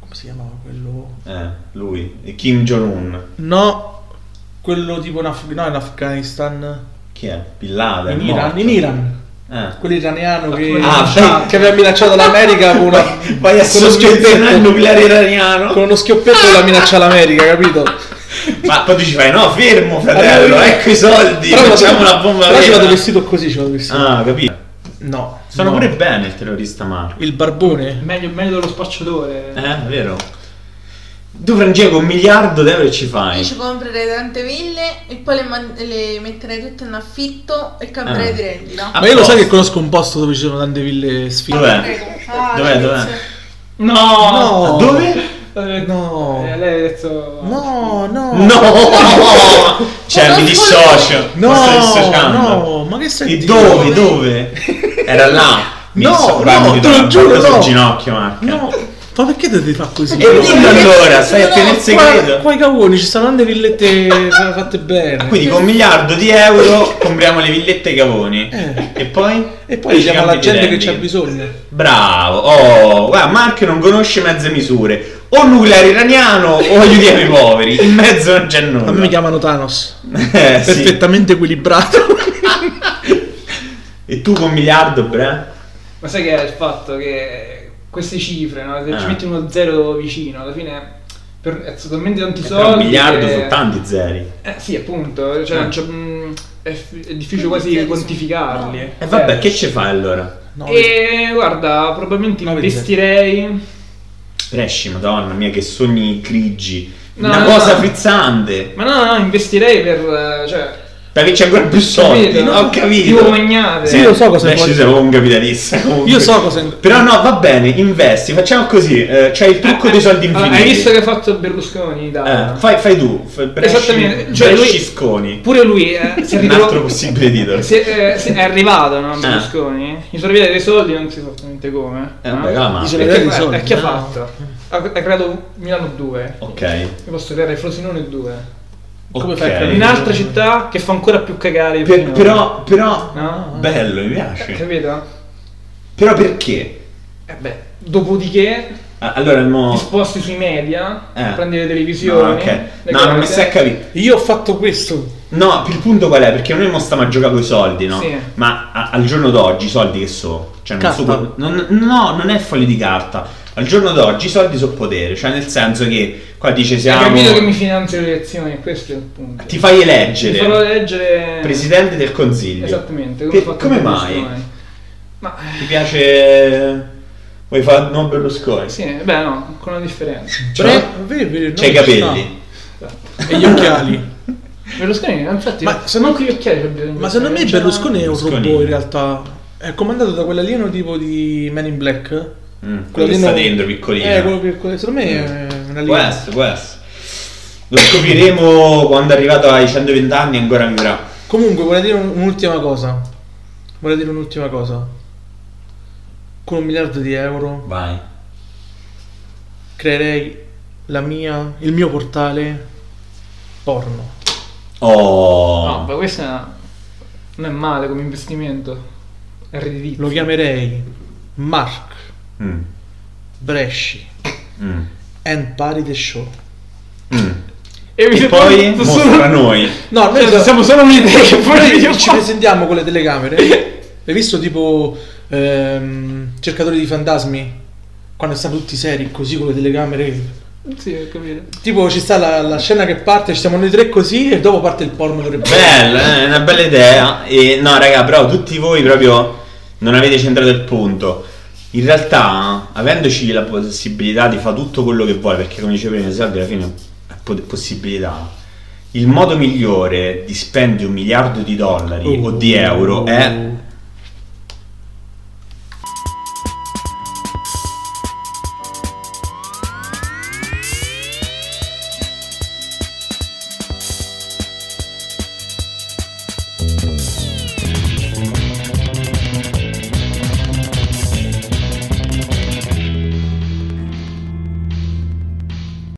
Come si chiamava quello...
Eh, lui. E Kim Jong-un.
No, quello tipo in, Af- no, in Afghanistan.
Chi è? Bin Laden.
In
morto.
Iran, in Iran.
Eh.
Quello iraniano che,
Ah, sì.
che aveva minacciato l'America con, una-
Vai a
con uno
sostenere il
schioppetto.
nucleare iraniano.
Con uno schioppetto la minaccia l'America, capito?
Ma poi tu ci fai, no, fermo fratello,
Allora,
ecco i soldi, facciamo
la
una bomba
Però ce
vera.
l'ho vestito così, ce l'ho vestito.
Ah, capito.
No.
Sono
no.
pure bene il terrorista Marco.
il barbone.
Meglio, meglio dello spacciatore.
Eh, vero. Tu Francesco un miliardo di euro ci
Io
fai.
ci comprerei tante ville e poi le, man- le metterei tutte in affitto e cambierei
Ah.
di rendita.
Ah,
Ma io lo
posto.
sai che conosco un posto dove ci sono tante ville sfide.
Dov'è?
Ah,
Dov'è,
la
dov'è?
pizza.
No!
No.
Ah, Dove?
Eh,
No.
eh, lei ha detto...
No, no.
No! cioè, mi dissocio.
No,
mi sto dissociando.
no, ma che stai
E
dicendo?
dove? Dove? Era là. Mi
No,
disso-
no,
mi
te
do
lo
una
giuro,
patta sul
no.
ginocchio, Marco.
No, ma perché devi fare così?
E quindi
Dillo,
allora,
dillo,
stai a
dillo,
tenere il
Qua,
segreto.
qua i cavoni ci stanno tante villette fa- fatte bene.
Quindi con un miliardo di euro compriamo le villette e i cavoni.
Eh.
E poi?
e poi diciamo alla
cambi di
gente che
rendita.
c'ha bisogno.
Bravo, oh, guarda, Marco non conosce mezze misure. O nucleare iraniano o aiutiamo i poveri. In mezzo non c'è nulla.
A me mi chiamano Thanos.
Eh, sì.
Perfettamente equilibrato.
E tu con un miliardo, bre?
Ma sai che è il fatto che queste cifre, no? se
Ah.
ci metti uno zero vicino, alla fine per, è talmente tanti
Eh, però
soldi.
un miliardo
che-
sono tanti zeri.
Eh, sì, appunto. Cioè,
Eh.
c'è, mh, è, f- è difficile quasi quantificarli. Eh.
No.
E Eh, vabbè, che ce fai allora?
No, eh.
E guarda, probabilmente
Nove
investirei.
Presci, madonna mia, che sogni grigi.
No,
Una
no,
cosa
no.
frizzante.
Ma no, no, investirei per. eh, cioè.
Perché c'è ancora più soldi.
Capito?
Ho capito.
Tipo magnate.
Sì, io so cosa
Presci
vuoi-
sei proprio un capitalista. comunque.
Io so cosa.
Però no, va bene, investi, facciamo così. eh, c'hai il trucco dei soldi
Allora,
infiniti.
Ah, hai visto che ha fatto Berlusconi? Da...
Eh, fai, fai tu, fai Bresci,
Esattamente, cioè lui-
Brescisconi.
Pure lui eh, si è
Un
ritro-
altro possibile titolo.
si è- eh, si è arrivato no, Berlusconi. Gli sono arrivati dei soldi, non si sa esattamente come.
Eh,
no?
vabbè, la mafia.
Dice la-
Perché
dei
guarda,
soldi,
eh, chi ha
no.
fatto? Ha, ha creato Milano 2.
Ok.
Io posso creare Frosinone 2.
Come
ok.
fai a capire?
Un'altra città che fa ancora più cagare. di
Per-
Frosinone.
però, però,
No?
bello, mi
Eh,
piace.
Capito?
Però perché?
Eh beh, dopodiché
Ah, Allora,
ti
mo...
sposti sui media,
eh.
prendi le televisioni.
No, ok.
le
No, non mi
cose.
stai a capire.
Io ho fatto questo.
No, il punto qual è? Perché noi mo stiamo a giocare con i soldi, no?
Sì.
Ma a- al giorno d'oggi i soldi che so? Cioè, non so
Carta.
co- non- no, non è fogli di carta. Al giorno d'oggi i soldi sono potere, cioè nel senso che qua dice
Hai
siamo...
capito che mi finanzio le elezioni, questo è il punto.
Ti fai
Mi
eleggere.
farò leggere
Presidente del Consiglio.
Esattamente,
Per-
ha fatto
come
Berlusconi.
mai?
Ma eh,
Ti piace... Vuoi fare non Berlusconi?
sì, beh no, con una differenza.
Cioè,
Pre- vedi, vedi, non
c'hai i
ci
capelli.
sta. E gli occhiali.
Berlusconi, infatti,
Ma
ma
secondo-
secondo... gli occhiali c'è bisogno.
Ma secondo me
Cioè,
Berlusconi è un
Berlusconi.
robot in realtà. È comandato da quell'alieno tipo di Man in Black.
Mm, quello che
alieno-
sta dentro, piccolino. Mm.
Eh, quello piccolo. Secondo me è un
Può
alieno.
essere, può essere. Lo scopriremo quando è arrivato ai 120 anni e ancora vivrà.
Comunque, vorrei dire un- un'ultima cosa. Vorrei dire un'ultima cosa. Con un miliardo di euro
Vai.
creerei la mia, il mio portale porno.
Oh.
No, ma questo è- non è male come investimento. È ridicolo.
Lo chiamerei Mark
Mm,
Bresci
mm,
and Party the Show.
mm.
E, mi
E
sembra
poi
tutto
mostra
solo-
noi.
No, noi
Cioè, siamo solo un'idea che poi
Noi
io
ci presentiamo con le telecamere. Hai visto tipo ehm, Cercatori di fantasmi? Quando stanno tutti seri così con le telecamere.
Sì, ho capito.
Tipo ci sta la, la scena che parte, ci siamo noi tre così e dopo parte il porno dovrebbe
Bello, eh, è una bella idea. E, no, raga, però tutti voi proprio non avete centrato il punto. In realtà, avendoci la possibilità di fare tutto quello che vuole, perché come dicevo prima, i soldi alla fine è po- possibilità.
Uh.
Uh.
Il modo migliore di spendere un miliardo di dollari o di euro eh. è